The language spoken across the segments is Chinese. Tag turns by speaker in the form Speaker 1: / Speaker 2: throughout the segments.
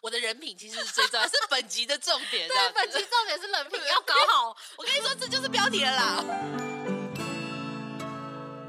Speaker 1: 我的人品其实是最 重要，是本集的重点。这
Speaker 2: 对，
Speaker 1: 样
Speaker 2: 本期
Speaker 1: 子
Speaker 2: 重点是人 品要搞好。
Speaker 1: 我跟你说，这就是标题了啦。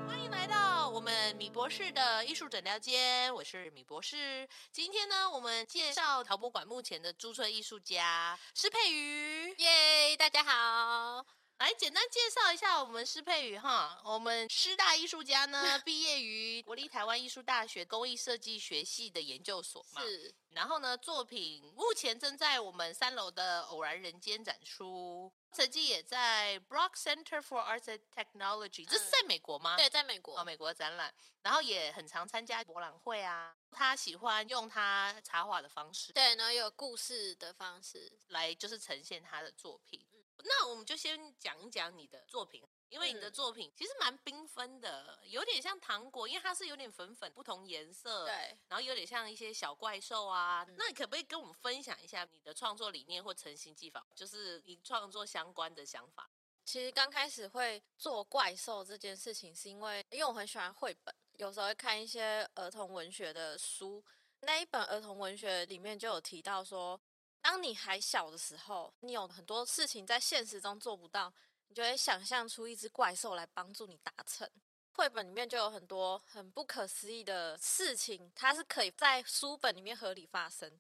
Speaker 1: 欢迎来到我们米博士的艺术诊疗间，我是米博士。今天呢，我们介绍陶博馆目前的驻村艺术家施佩瑜。
Speaker 2: 耶，大家好，
Speaker 1: 来简单介绍一下我们施佩宇哈，我们师大艺术家 呢，毕业于国立台湾艺术大学工艺设计学系的研究所嘛。
Speaker 2: 是
Speaker 1: 然后呢，作品目前正在我们三楼的偶然人间展出，曾经也在 Brock Center for Arts and Technology，这是嗯在美国吗？
Speaker 2: 对，在美国
Speaker 1: 哦，美国的展览，然后也很常参加博览会啊。他喜欢用他插画的方式
Speaker 2: 对，然后有故事的方式。
Speaker 1: 来就是呈现他的作品。嗯那我们就先讲一讲你的作品，因为你的
Speaker 2: 嗯
Speaker 1: 作品其实蛮缤纷的，有点像糖果，因为它是有点粉粉，不同颜色，
Speaker 2: 对，
Speaker 1: 然后有点像一些小怪兽啊。
Speaker 2: 嗯
Speaker 1: 那你可不可以跟我们分享一下你的创作理念或成型技法，就是你创作相关的想法？
Speaker 2: 其实刚开始会做怪兽这件事情，是因为因为我很喜欢绘本，有时候会看一些儿童文学的书。那一本儿童文学里面就有提到说，当你还小的时候，你有很多事情在现实中做不到，你就会想象出一只怪兽来帮助你达成。绘本里面就有很多很不可思议的事情，它是可以在书本里面合理发生。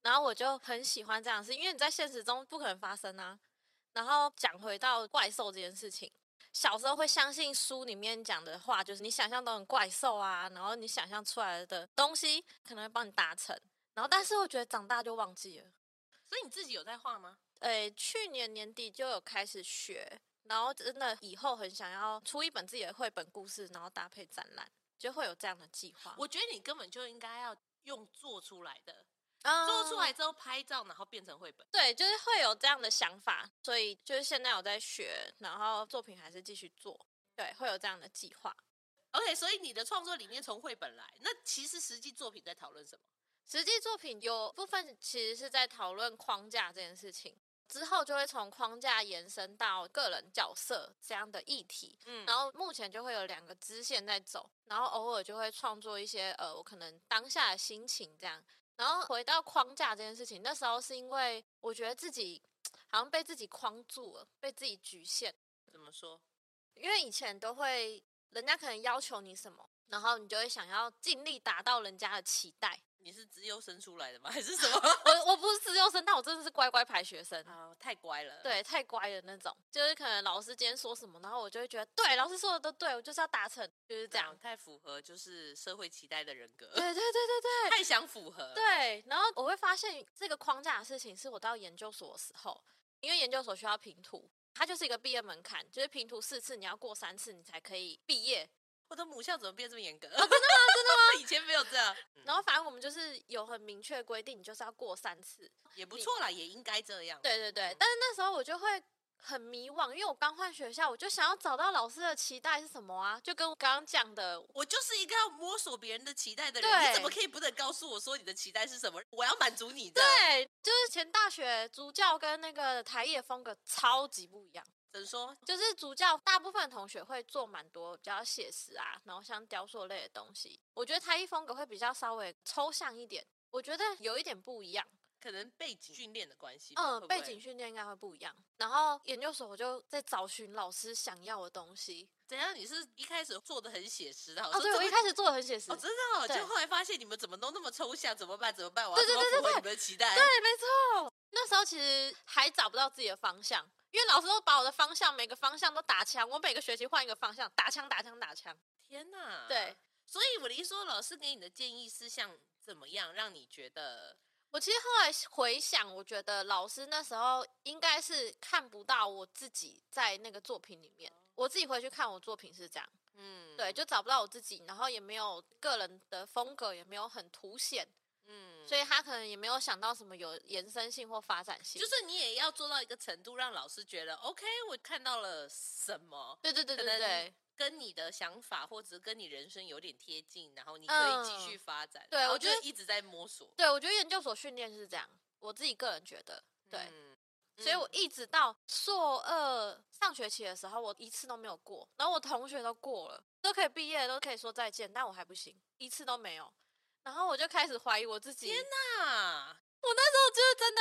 Speaker 2: 然后我就很喜欢这样的事，因为你在现实中不可能发生啊。然后讲回到怪兽这件事情，小时候会相信书里面讲的话，就是你想象中的怪兽啊，然后你想象出来的东西可能会帮你达成。然后，但是我觉得长大就忘记了。
Speaker 1: 所以你自己有在画吗？
Speaker 2: 诶，去年年底就有开始学，然后真的以后很想要出一本自己的绘本故事，然后搭配展览，就会有这样的计划。
Speaker 1: 我觉得你根本就应该要用做出来的，
Speaker 2: 啊
Speaker 1: 做出来之后拍照，然后变成绘本。
Speaker 2: 对，就是会有这样的想法，所以就是现在有在学，然后作品还是继续做，对，会有这样的计划。
Speaker 1: OK，所以你的创作理念从绘本来，那其实实际作品在讨论什么？
Speaker 2: 实际作品有部分其实是在讨论框架这件事情，之后就会从框架延伸到个人角色这样的议题。
Speaker 1: 嗯
Speaker 2: 然后目前就会有两个支线在走，然后偶尔就会创作一些呃，我可能当下的心情这样。然后回到框架这件事情，那时候是因为我觉得自己好像被自己框住了，被自己局限。
Speaker 1: 怎么说？
Speaker 2: 因为以前都会，人家可能要求你什么，然后你就会想要尽力达到人家的期待。
Speaker 1: 你是资优生出来的吗？ 还是什么？
Speaker 2: 我我不是自优生，但我真的是乖乖牌学生，
Speaker 1: 啊、太乖了。，
Speaker 2: 对，太乖的那种。就是可能老师今天说什么，然后我就会觉得，对，老师说的都对，我就是要达成，就是这
Speaker 1: 这样
Speaker 2: 样。
Speaker 1: 太符合就是社会期待的人格
Speaker 2: 对，对对对对
Speaker 1: 嗯太想符合。，
Speaker 2: 对。然后我会发现这个框架的事情，是我到研究所的时候，因为研究所需要评图，它就是一个毕业门槛，就是评图四次，你要过三次，你才可以毕业。
Speaker 1: 我的母校怎么变这么严哦格？真的吗？真的 吗？以嗯前没有这样，
Speaker 2: 然后反正我们就是有很明确规定，你就是要过三次。
Speaker 1: 也不错啦，也应该这样。，
Speaker 2: 对对对，但是那时候我就会很迷惘，因为我刚换学校，我就想要找到老师的期待是什么啊？就跟我刚刚讲的，
Speaker 1: 我就是一个要摸索别人的期待的人，
Speaker 2: 对
Speaker 1: 你怎么可以不能告诉我说你的期待是什么？我要满足你的。
Speaker 2: 对，就是前大学主教跟那个台艺的风格超级不一样。
Speaker 1: 怎么说？
Speaker 2: 就是主教大部分同学会做蛮多比较写实啊，然后像雕塑类的东西。我觉得台艺风格会比较稍微抽象一点，我觉得有一点不一样。
Speaker 1: 可能背景训练的关系吧。
Speaker 2: 嗯，
Speaker 1: 会不会
Speaker 2: 背景训练应该会不一样。然后研究所我就在找寻老师想要的东西。
Speaker 1: 怎样？你是一开始做的很写实的，
Speaker 2: 哦，对，
Speaker 1: 说
Speaker 2: 我一
Speaker 1: 这个
Speaker 2: 开始做的很写实。
Speaker 1: 哦，真的哦，
Speaker 2: 对
Speaker 1: 就后来发现你们怎么都那么抽象，怎么办？怎么办？我要怎
Speaker 2: 对对
Speaker 1: 么
Speaker 2: 对
Speaker 1: 符合
Speaker 2: 对
Speaker 1: 你们的期待？
Speaker 2: 对，没错。那时候其实还找不到自己的方向，因为老师都把我的方向每个方向都打枪，我每个学期换一个方向，打枪打枪打枪。
Speaker 1: 天哪！
Speaker 2: 对，
Speaker 1: 所以我的意思说，老师给你的建议是像怎么样，让你觉得
Speaker 2: 我其实后来回想，我觉得老师那时候应该是看不到我自己在那个作品里面。我自己回去看我作品是这样，
Speaker 1: 哦嗯，
Speaker 2: 对，就找不到我自己，然后也没有个人的风格，也没有很凸显，
Speaker 1: 嗯，
Speaker 2: 所以他可能也没有想到什么有延伸性或发展性。
Speaker 1: 就是你也要做到一个程度，让老师觉得 OK，我看到了什么，
Speaker 2: 对对对对
Speaker 1: 可能
Speaker 2: 对，
Speaker 1: 跟你的想法或者跟你人生有点贴近，然后你可以继续发展。
Speaker 2: 嗯对
Speaker 1: 然后
Speaker 2: 我觉得
Speaker 1: 就是一直在摸索。
Speaker 2: 对我觉得研究所训练是这样，我自己个人觉得，对，
Speaker 1: 嗯
Speaker 2: 所以我一直到硕二上学期的时候，我一次都没有过，然后我同学都过了，都可以毕业，都可以说再见，
Speaker 1: 嗯
Speaker 2: 但我还不行，一次都没有。然后我就开始怀疑我自己。
Speaker 1: 天哪！
Speaker 2: 我那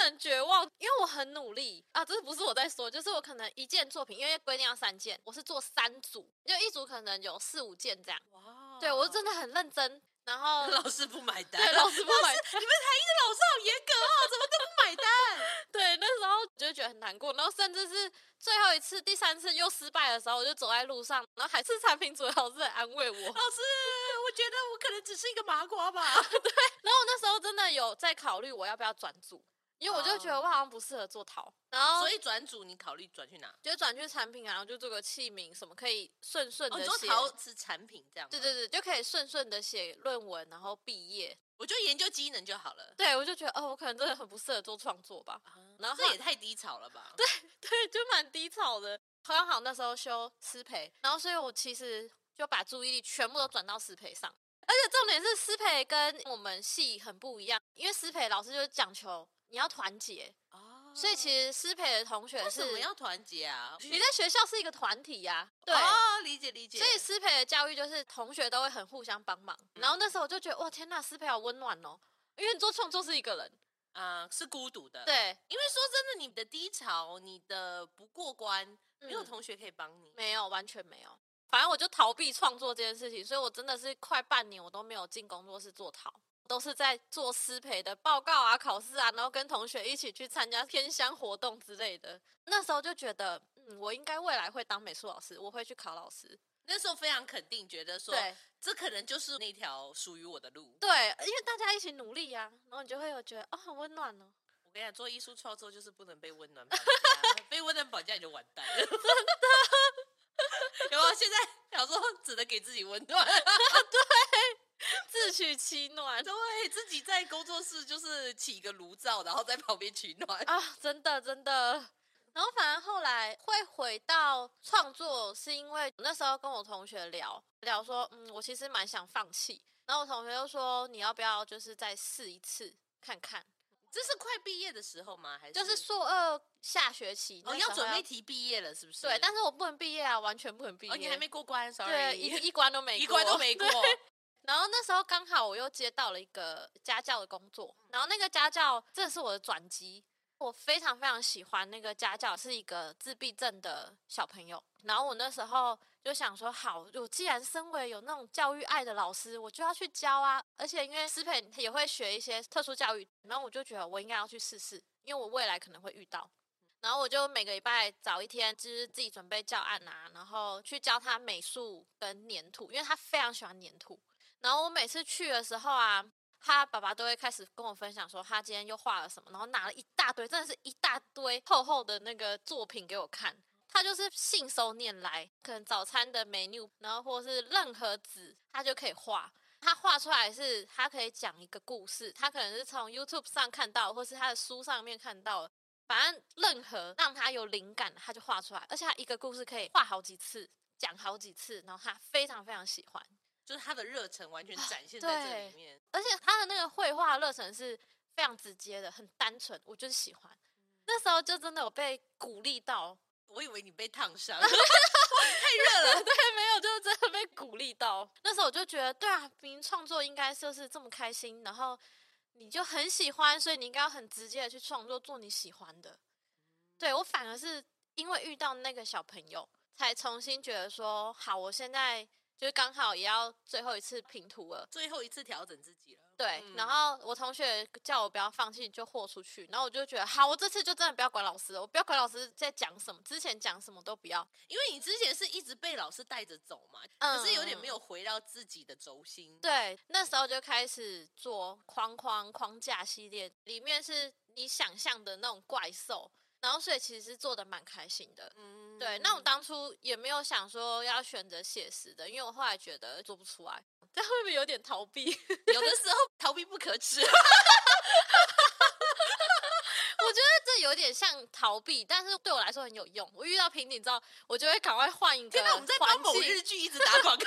Speaker 2: 很绝望，因为我很努力啊，这不是我在说，就是我可能一件作品，因为规定要三件，我是做三组，就一组可能有四五件这样。
Speaker 1: 哇
Speaker 2: 对我真的很认真，然后
Speaker 1: 哦 老师不买单，
Speaker 2: 对老师不买单，
Speaker 1: 你们台一的老师好严格哦，怎么都不买单？
Speaker 2: 对，那时候就觉得很难过，然后甚至是最后一次、第三次又失败的时候，我就走在路上，然后还是产品组的老师来安慰我。
Speaker 1: 老师，我觉得我可能只是一个麻瓜吧。
Speaker 2: 然后我那时候真的有在考虑我要不要转组，因为我就觉得
Speaker 1: 哦
Speaker 2: 我好像不适合做陶，然后
Speaker 1: 所以转组你考虑转去哪？
Speaker 2: 就转去产品啊，然后就做个器皿什么可以顺顺
Speaker 1: 哦，
Speaker 2: 的
Speaker 1: 你说
Speaker 2: 写，
Speaker 1: 陶瓷产品这样？
Speaker 2: 对对，对，就可以顺顺的写论文，然后毕业。
Speaker 1: 我就研究机能就好了。
Speaker 2: 对，我就觉得哦，我可能真的很不适合做创作吧，然后
Speaker 1: 这也太低潮了吧？对，
Speaker 2: 啊对，就蛮低潮的。刚好那时候修师培，然后所以我其实就把注意力全部都转到师培上，而且重点是师培跟我们系很不一样，因为师培老师就是讲求你要团结，
Speaker 1: 哦
Speaker 2: 所以其实师培的同学
Speaker 1: 为
Speaker 2: 是
Speaker 1: 什么要团结啊？
Speaker 2: 你在学校是一个团体呀、对。
Speaker 1: 哦，理解理解。嗯
Speaker 2: 所以师培的教育就是同学都会很互相帮忙，然后那时候我就觉得哇天呐，师培好温暖哦，因为你做创作是一个人，
Speaker 1: 啊、是孤独的。，
Speaker 2: 对，
Speaker 1: 因为说真的，你的低潮，你的不过关，没有
Speaker 2: 嗯
Speaker 1: 同学可以帮你。
Speaker 2: 没有，完全没有。反正我就逃避创作这件事情，所以我真的是快半年我都没有进工作室做陶，都是在做师培的报告啊、考试啊，然后跟同学一起去参加偏乡活动之类的。那时候就觉得，嗯，我应该未来会当美术老师，我会去考老师。
Speaker 1: 那时候非常肯定，觉得说
Speaker 2: 对
Speaker 1: 这可能就是那条属于我的路。
Speaker 2: 对，因为大家一起努力呀、然后你就会有觉得哦，很温暖哦。
Speaker 1: 我跟你讲，做艺术创作就是不能被温暖绑 架，被温暖绑架你就完蛋了。 真的。有没有？现在想说只能给自己温 暖，
Speaker 2: 自取其暖
Speaker 1: 对自己在工作室就是起一个炉灶，然后在旁边取暖。
Speaker 2: 啊，真的真的。然后反而后来会回到创作，是因为那时候跟我同学聊聊说，嗯，我其实蛮想放弃。然后我同学就说，你要不要就是再试一次看看？
Speaker 1: 这是快毕业的时候吗？还是
Speaker 2: 就是硕二下学期，
Speaker 1: 哦，
Speaker 2: 那时
Speaker 1: 要
Speaker 2: 候
Speaker 1: 准备提毕业了，是不是？
Speaker 2: 对，但是我不能毕业啊，完全不能毕业。
Speaker 1: 哦，你还没过关，sorry，
Speaker 2: 对一 一关都没，
Speaker 1: 一关都。没过。
Speaker 2: 然后那时候刚好我又接到了一个家教的工作，然后那个家教这是我的转机，我非常非常喜欢那个家教，是一个自闭症的小朋友。然后我那时候就想说，好，我既然身为有那种教育爱的老师，我就要去教啊。而且因为师培也会学一些特殊教育，然后我就觉得我应该要去试试，因为我未来可能会遇到。然后我就每个礼拜早一天，就是自己准备教案啊，然后去教他美术跟粘土，因为他非常喜欢粘土。然后我每次去的时候啊，他爸爸都会开始跟我分享说他今天又画了什么，然后拿了一大堆，真的是一大堆厚厚的那个作品给我看。他就是信手拈来，可能早餐的 menu，然后或是任何纸，他就可以画。他画出来是，他可以讲一个故事，他可能是从 YouTube 上看到，或是他的书上面看到的，反正任何让他有灵感，他就画出来。而且他一个故事可以画好几次，讲好几次，然后他非常非常喜欢。
Speaker 1: 就是他的热忱完全展现在这里面。
Speaker 2: 而且他的那个绘画热忱是非常直接的，很单纯，我就是喜欢。那时候就真的有被鼓励到，
Speaker 1: 我以为你被烫 伤，太热了。
Speaker 2: 对，没有，就是真的被鼓励到。那时候我就觉得，对啊，明明创作应该就是这么开心，然后你就很喜欢，所以你应该要很直接的去创作，做你喜欢的。对我反而是因为遇到那个小朋友，才重新觉得说，好，我现在就是刚好也要最后一次拼图了，
Speaker 1: 最后一次调整自己了。
Speaker 2: 对，
Speaker 1: 嗯
Speaker 2: 然后我同学叫我不要放弃，就豁出去。然后我就觉得，好，我这次就真的不要管老师了，我不要管老师在讲什么，之前讲什么都不要。
Speaker 1: 因为你之前是一直被老师带着走嘛，
Speaker 2: 嗯
Speaker 1: 可是有点没有回到自己的轴心。，
Speaker 2: 对，那时候就开始做框框框架系列，里面是你想象的那种怪兽，然后所以其实做的蛮开心的。
Speaker 1: 嗯
Speaker 2: 对，那我当初也没有想说要选择写实的，因为我后来觉得做不出来， 这样会不会有点逃避？
Speaker 1: 有的时候 逃避不可耻。
Speaker 2: 我觉得这有点像逃避，但是对我来说很有用。我遇到瓶颈之后，我就会赶快换一个
Speaker 1: 天哪，我们在帮
Speaker 2: 环
Speaker 1: 某
Speaker 2: 境
Speaker 1: 日，剧一直打广告。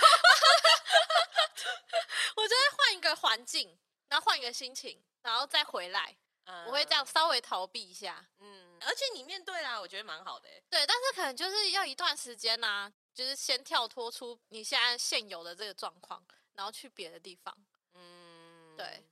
Speaker 2: 我就会换一个环境，然后换一个心情，然后再回来。 我会这样，稍微逃避一下，
Speaker 1: 嗯，而且你面对啦，我觉得蛮好的欸。
Speaker 2: 对，但是可能就是要一段时间呐、就是先跳脱出你现在现有的这个状况，然后去别的地方。
Speaker 1: 嗯，
Speaker 2: 对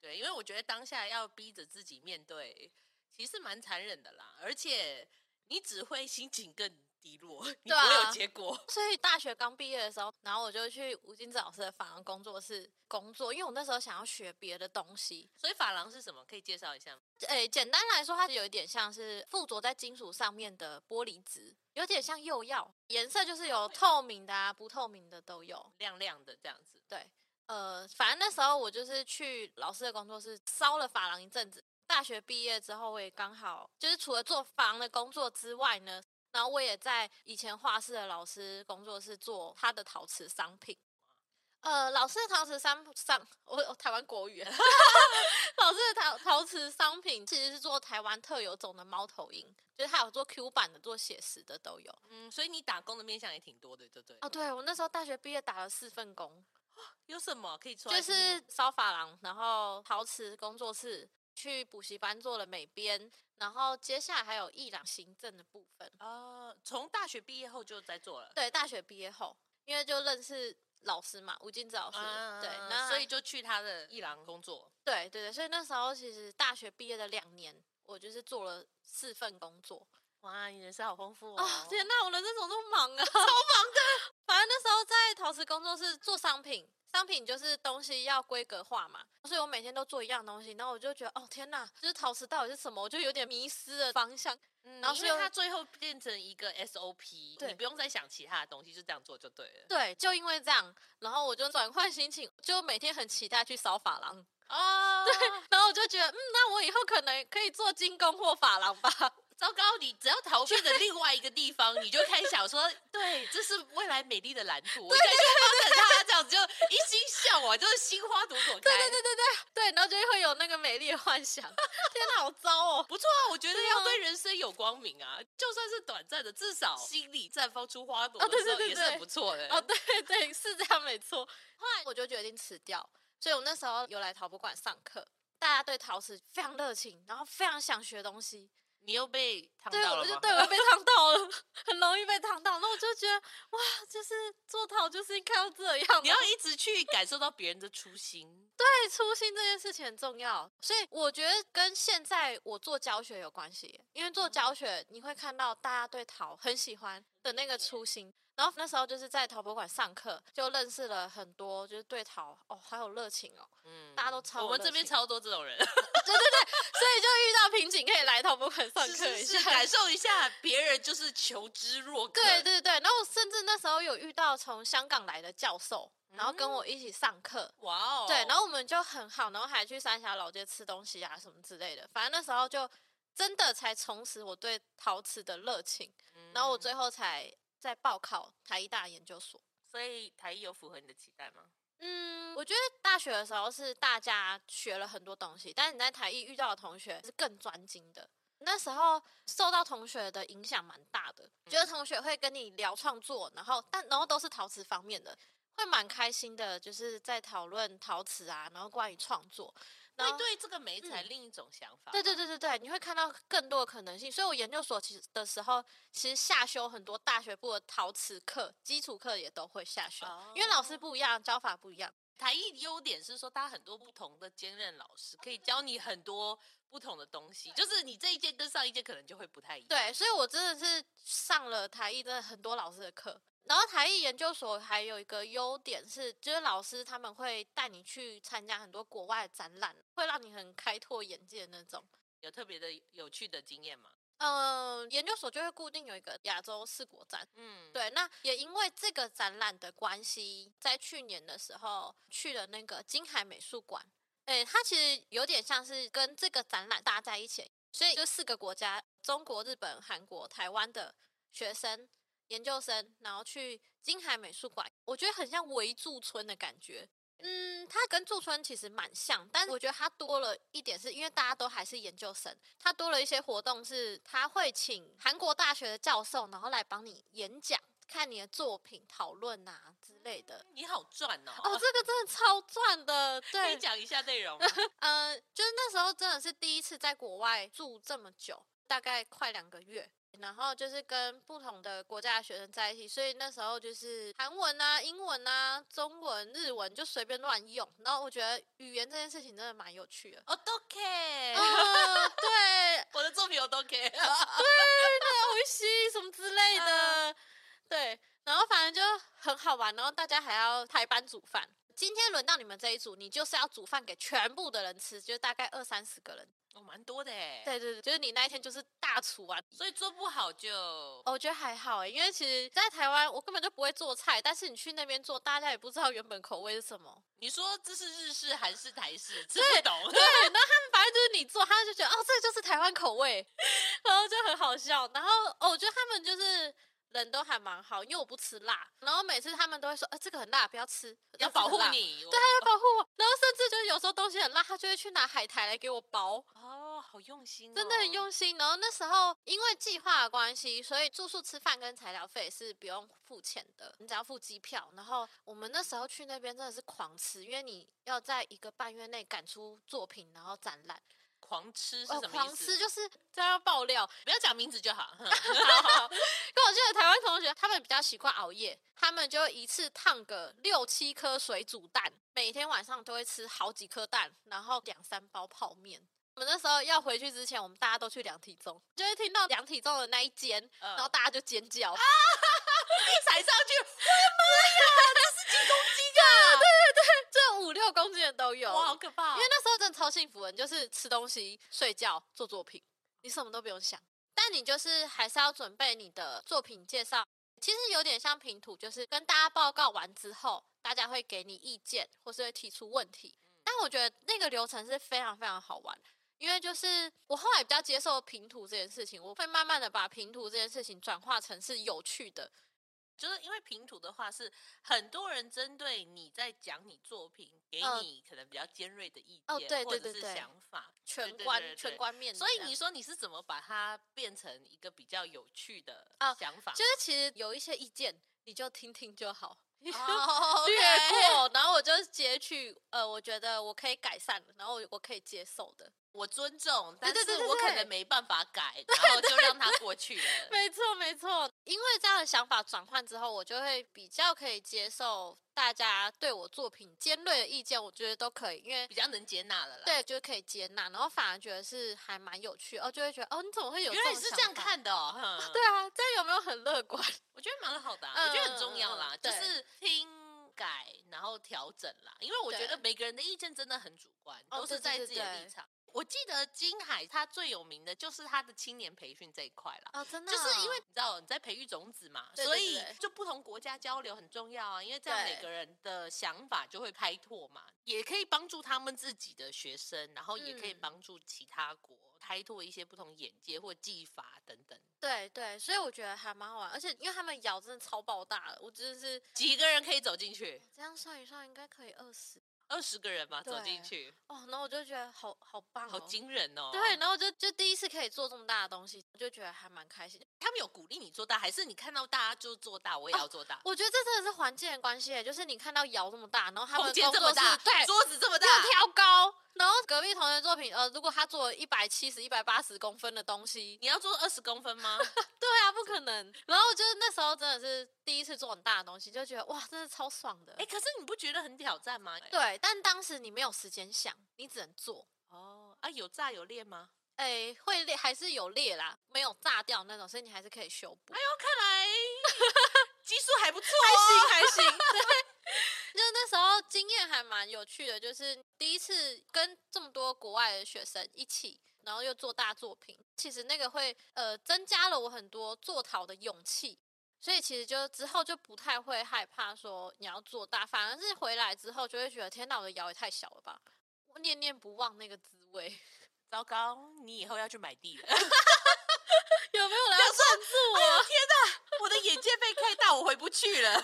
Speaker 1: 对，因为我觉得当下要逼着自己面对，其实蛮残忍的啦，而且你只会心情更低落，你
Speaker 2: 对
Speaker 1: 不会有
Speaker 2: 啊
Speaker 1: 结果。
Speaker 2: 所以大学刚毕业的时候，然后我就去吴金子老师的法廊工作室工作，因为我那时候想要学别的东西。
Speaker 1: 所以珐琅是什么？可以介绍一下吗？
Speaker 2: 诶，简单来说，它有一点像是附着在金属上面的玻璃纸，有点像釉药，颜色就是有透明的啊，不透明的都有。
Speaker 1: 亮亮的这样子。
Speaker 2: 呃，反正那时候我就是去老师的工作室烧了发廊一阵子。大学毕业之后，我也刚好就是除了做发廊的工作之外呢，然后我也在以前画室的老师工作室做他的陶瓷商品。呃，老师的陶瓷商商，我我台湾国语， 老师的陶陶瓷商品其实是做台湾特有种的猫头鹰，就是还有做 Q 版的、做写实的都有。
Speaker 1: 嗯，所以你打工的面向也挺多的，对不对？
Speaker 2: 哦，对我那时候大学毕业打了四份工，
Speaker 1: 有什么可以说来
Speaker 2: 就
Speaker 1: 听听吗？
Speaker 2: 是烧发廊，然后陶瓷工作室，去补习班做了美编，然后接下来还有艺廊行政的部分。
Speaker 1: 呃，从大学毕业后就在做了。
Speaker 2: 对，大学毕业后，因为就认识老师嘛，吴金子
Speaker 1: 嗯
Speaker 2: 老师，对，那
Speaker 1: 所以就去他的艺廊工作。
Speaker 2: 对对对，所以那时候其实大学毕业的两年，我就是做了四份工作。
Speaker 1: 哇，你人生好丰富哦
Speaker 2: 啊、天呐，我人生怎么那么忙啊？ 超忙的。反正那时候在陶瓷工作室做商品，商品就是东西要规格化嘛，所以我每天都做一样东西，然后我就觉得，哦天呐，就是陶瓷到底是什么？我就有点迷失了方向。
Speaker 1: 嗯
Speaker 2: 然后
Speaker 1: 因
Speaker 2: 是
Speaker 1: 为
Speaker 2: 用
Speaker 1: 他最后变成一个 SOP，
Speaker 2: 对
Speaker 1: 你不用再想其他的东西，就这样做就对了。
Speaker 2: 对，就因为这样，然后我就转换心情，就每天很期待去扫发廊，
Speaker 1: 哦，对，
Speaker 2: 然后我就觉得，嗯，那我以后可能可以做精工或发廊吧。
Speaker 1: 糟糕，你只要逃避的另外一个地方，你就开始想说，对，这是未来美丽的蓝图，我应该去发展它，这样子就一心向往，就是心花朵朵开。
Speaker 2: 对对对对对对，然后就会有那个美丽的幻想。 天哪，好糟哦！
Speaker 1: 不错啊，我觉得
Speaker 2: 对啊
Speaker 1: 要对人生有光明啊，就算是短暂的，至少心里绽放出花朵
Speaker 2: 哦
Speaker 1: 的
Speaker 2: 对
Speaker 1: 时候
Speaker 2: 对对
Speaker 1: 也是很
Speaker 2: 对
Speaker 1: 不错的。
Speaker 2: 哦，对 对，是这样没错。后来我就决定辞掉，所以我那时候有来陶博馆上课。大家对陶瓷非常热情，然后非常想学东西。
Speaker 1: 你又被烫
Speaker 2: 对，
Speaker 1: 到
Speaker 2: 我
Speaker 1: 了
Speaker 2: 就
Speaker 1: 吗？
Speaker 2: 对我被烫到了， 很容易被烫到。那我就觉得哇，就是做陶就是应该要这样。啊
Speaker 1: 你要一直去感受到别人的初心。
Speaker 2: 对初心这件事情很重要，所以我觉得跟现在我做教学有关系，因为
Speaker 1: 嗯
Speaker 2: 做教学你会看到大家对陶很喜欢的那个初心。然后那时候就是在陶博馆上课，就认识了很多就是对陶哦好有热情哦，
Speaker 1: 嗯
Speaker 2: 大家都超
Speaker 1: 我们
Speaker 2: 热
Speaker 1: 这边
Speaker 2: 情
Speaker 1: 超多这种 人，
Speaker 2: 对对对，所以就遇到瓶颈可以来陶博馆上
Speaker 1: 是
Speaker 2: 课一
Speaker 1: 是
Speaker 2: 下
Speaker 1: 是，。感受一下别人就是求知若渴。
Speaker 2: 对对对，然后甚至那时候有遇到从香港来的教授，然后跟
Speaker 1: 嗯
Speaker 2: 我一起上课，
Speaker 1: 哇哦，
Speaker 2: 对，然后我们就很好，然后还去三峡老街吃东西啊什么之类的。反正那时候就真的才重拾我对陶瓷的热情，
Speaker 1: 嗯
Speaker 2: 然后我最后才再报考台医大研究所。
Speaker 1: 嗯所以台艺有符合你的期待吗？
Speaker 2: 嗯，我觉得大学的时候是大家学了很多东西，但是你在台艺遇到的同学是更专精的。那时候受到同学的影响蛮大的，
Speaker 1: 嗯
Speaker 2: 觉得同学会跟你聊创作，然后但然后都是陶瓷方面的，会蛮开心的，就是在讨论陶瓷啊，然后关于创作，然
Speaker 1: 会
Speaker 2: 后
Speaker 1: 对这个美才另一种想法。
Speaker 2: 对对对对对，你会看到更多的可能性。所以我研究所其实的时候，其实下修很多大学部的陶瓷课、基础课也都会下修，因为老师
Speaker 1: 哦
Speaker 2: 不一样，教法不一样。
Speaker 1: 台艺优点是说，他很多不同的兼任老师可以教你很多不同的东西，就是你这一届跟上一届可能就会不太一样。
Speaker 2: 对，，所以我真的是上了台艺真的很多老师的课。然后台艺研究所还有一个优点是，就是老师他们会带你去参加很多国外的展览，会让你很开拓眼界的那种。
Speaker 1: 有特别的有趣的经验吗？
Speaker 2: 嗯、研究所就会固定有一个亚洲四国展，
Speaker 1: 嗯，
Speaker 2: 对，那也因为这个展览的关系，在去年的时候去了那个金海美术馆，诶，它其实有点像是跟这个展览搭在一起，所以就四个国家：中国、日本、韩国、台湾的学生、研究生，然后去金海美术馆，我觉得很像围驻村的感觉。嗯，它跟驻村其实蛮像，但是我觉得它多了一点是，因为大家都还是研究生，它多了一些活动是，它会请韩国大学的教授，然后来帮你演讲，看你的作品讨论啊之类的。
Speaker 1: 你好赚哦。
Speaker 2: 哦，这个真的超赚的，
Speaker 1: 可
Speaker 2: 对
Speaker 1: 以，讲一下内容吗？
Speaker 2: 呃，就是那时候真的是第一次在国外住这么久，大概快两个月。然后就是跟不同的国家的学生在一起，所以那时候就是韩文啊、英文啊、中文、日文就随便乱用。
Speaker 1: 。
Speaker 2: 然 后我觉得语言这件事情真的蛮有趣的
Speaker 1: 哦，都 OK。
Speaker 2: 嗯，对，
Speaker 1: 我的有都 给。
Speaker 2: 呼吸什么之类的，对，然后反正就很好玩，然后大家还要排班煮饭。今天轮到你们这一组，你就是要煮饭给全部的人吃，就大概二三十个人。
Speaker 1: 哦，蛮多的哎。，
Speaker 2: 对对对，就是你那一天就是大厨啊。
Speaker 1: 所以做不好就
Speaker 2: 哦我觉得还好哎，因为其实，在台湾我根本就不会做菜，但是你去那边做，大家也不知道原本口味是什么。
Speaker 1: 你说这是日式、韩式、台式，吃不懂。
Speaker 2: 对，然后他们反正就是你做，他们就觉得哦，这个就是台湾口味，然后就很好笑。然后哦，我觉得他们就是人都还蛮好，因为我不吃辣，然后每次他们都会说，呃，这个很辣，不要吃，
Speaker 1: 要
Speaker 2: 呃这个
Speaker 1: 保
Speaker 2: 很
Speaker 1: 护
Speaker 2: 辣，
Speaker 1: 你。我
Speaker 2: 对，他要保护我。然后甚至就是有时候东西很辣，他就会去拿海苔来给我包，
Speaker 1: 哦，好用心、哦，
Speaker 2: 真的很。用心。然后那时候因为计划的关系，所以住宿、吃饭跟材料费是不用付钱的，你只要付机票。然后我们那时候去那边真的是狂吃，因为你要在一个半月内赶出作品，然后展览。
Speaker 1: 呃狂吃是
Speaker 2: 哦，
Speaker 1: 什么意
Speaker 2: 狂
Speaker 1: 思？
Speaker 2: 吃就是这样爆 料。
Speaker 1: 不要讲名字就好。哼
Speaker 2: 好 好，因为我记得台湾同学他们比较习惯熬夜，他们就一次烫个六七颗水煮蛋，每天晚上都会吃好几颗蛋，然后两三包泡面。我们那时候要回去之前，我们大家都去量体重，就会听到量体重的那一间，
Speaker 1: 嗯啊
Speaker 2: 然后大家就尖叫。
Speaker 1: 一踩上去，
Speaker 2: 啊这五六公斤的都有，
Speaker 1: 哇，好可怕、
Speaker 2: 因为那时候真的超幸福的，你就是吃东西、睡觉、做作品，你什么都不用想。但你就是还是要准备你的作品介绍，其实有点像评图，就是跟大家报告完之后，大家会给你意见，或是会提出问题。
Speaker 1: 嗯
Speaker 2: 但我觉得那个流程是非常非常好玩，因为就是我后来比较接受评图这件事情，我会慢慢的把评图这件事情转化成是有趣的，
Speaker 1: 就是因为平图的话是很多人针对你在讲你作品，给
Speaker 2: 嗯
Speaker 1: 你可能比较尖锐的意见，
Speaker 2: 哦对对对
Speaker 1: 或者
Speaker 2: 对
Speaker 1: 是想法。
Speaker 2: 全
Speaker 1: 对对
Speaker 2: 观
Speaker 1: 对对
Speaker 2: 全观面的
Speaker 1: 所
Speaker 2: 这样。
Speaker 1: 以你说你是怎么把它变成一个比较有趣的
Speaker 2: 哦
Speaker 1: 想法？
Speaker 2: 就是其实有一些意见，你就听听就好。
Speaker 1: 哦 OK
Speaker 2: 略过，然后我就截取，呃，我觉得我可以改善的，然后我我可以接受的。
Speaker 1: 我尊重，
Speaker 2: 对
Speaker 1: 但
Speaker 2: 对对
Speaker 1: 是
Speaker 2: 对
Speaker 1: 我可
Speaker 2: 对
Speaker 1: 能没办法改，然后就让它过去了。
Speaker 2: 没错，没错，因为这样的想法转换之后，我就会比较可以接受大家对我作品尖锐的意见，我觉得都可以，因为
Speaker 1: 比较能接纳了啦。，
Speaker 2: 对，就是可以接纳，然后反而觉得是还蛮有趣哦，就会觉得哦，你怎么会有？
Speaker 1: 原来是这样，看的哦。哼
Speaker 2: 对，啊，这样有没有很乐观？
Speaker 1: 我觉得蛮好的啊、
Speaker 2: 嗯
Speaker 1: 我觉得很重要啦，
Speaker 2: 嗯嗯嗯
Speaker 1: 就
Speaker 2: 对
Speaker 1: 是听改然后调整啦，因为我觉
Speaker 2: 对
Speaker 1: 得每个人的意见真的很主观，
Speaker 2: 哦
Speaker 1: 都是
Speaker 2: 对对
Speaker 1: 在
Speaker 2: 对
Speaker 1: 自己的
Speaker 2: 对
Speaker 1: 立场。我记得金海他最有名的就是他的青年培训这一块啦。
Speaker 2: 哦，真的
Speaker 1: 就
Speaker 2: 哦、
Speaker 1: 是因为你知道你在培育种子嘛，
Speaker 2: 对对
Speaker 1: 所
Speaker 2: 对
Speaker 1: 以
Speaker 2: 对
Speaker 1: 就不同国家交流很重要啊，因为这样
Speaker 2: 对
Speaker 1: 每个人的想法就会开拓嘛，也可以帮助他们自己的学生，然后也可以
Speaker 2: 嗯
Speaker 1: 帮助其他国开拓一些不同眼界或技法等等。
Speaker 2: 对对，所以我觉得还蛮好玩，而且因为他们咬真的超爆大了，我真的是
Speaker 1: 几个人可以走进去？
Speaker 2: 这样算一算应该可以二十
Speaker 1: 二十个人嘛，走进
Speaker 2: 对
Speaker 1: 去，
Speaker 2: 哦，然后我就觉得好好棒、哦，
Speaker 1: 好惊人哦！
Speaker 2: 对，，然后就就第一次可以做这么大的东西，我就觉得还蛮开心。
Speaker 1: 他们有鼓励你做大，还是你看到大家就做大，我也要做 大？
Speaker 2: 我觉得这真的是环境的关系耶，欸就是你看到窑这么大，然后他们
Speaker 1: 空间这
Speaker 2: 工
Speaker 1: 么
Speaker 2: 作室
Speaker 1: 大，
Speaker 2: 对，
Speaker 1: 桌子这么大，
Speaker 2: 又挑高，然后隔壁同学作品，呃，如果他做一百七十、一百八十公分的东西，
Speaker 1: 你要做二十公分吗？
Speaker 2: 对啊，不可能。然后就是那时候真的是第一次做很大的东西，就觉得哇，真的超爽的。
Speaker 1: 哎、可是你不觉得很挑战吗？
Speaker 2: 对，但当时你没有时间想，你只能做。
Speaker 1: 哦，啊，有炸有裂吗？
Speaker 2: 哎，会裂还是有裂啦，没有炸掉那种，所以你还是可以修补。
Speaker 1: 哦，看 来技术还不错、哦，
Speaker 2: 还行还行。对，就那时候经验还蛮有趣的，就是第一次跟这么多国外的学生一起，然后又做大作品，其实那个会呃增加了我很多做陶的勇气。所以其实就之后就不太会害怕说你要做大，反而是回来之后就会觉得天哪，我的窑也太小了吧，我念念不忘那个滋味。
Speaker 1: 糟糕，你以后要去买地了。
Speaker 2: 有没有人要赞助我？啊
Speaker 1: 我的眼界被开大，我回不去了。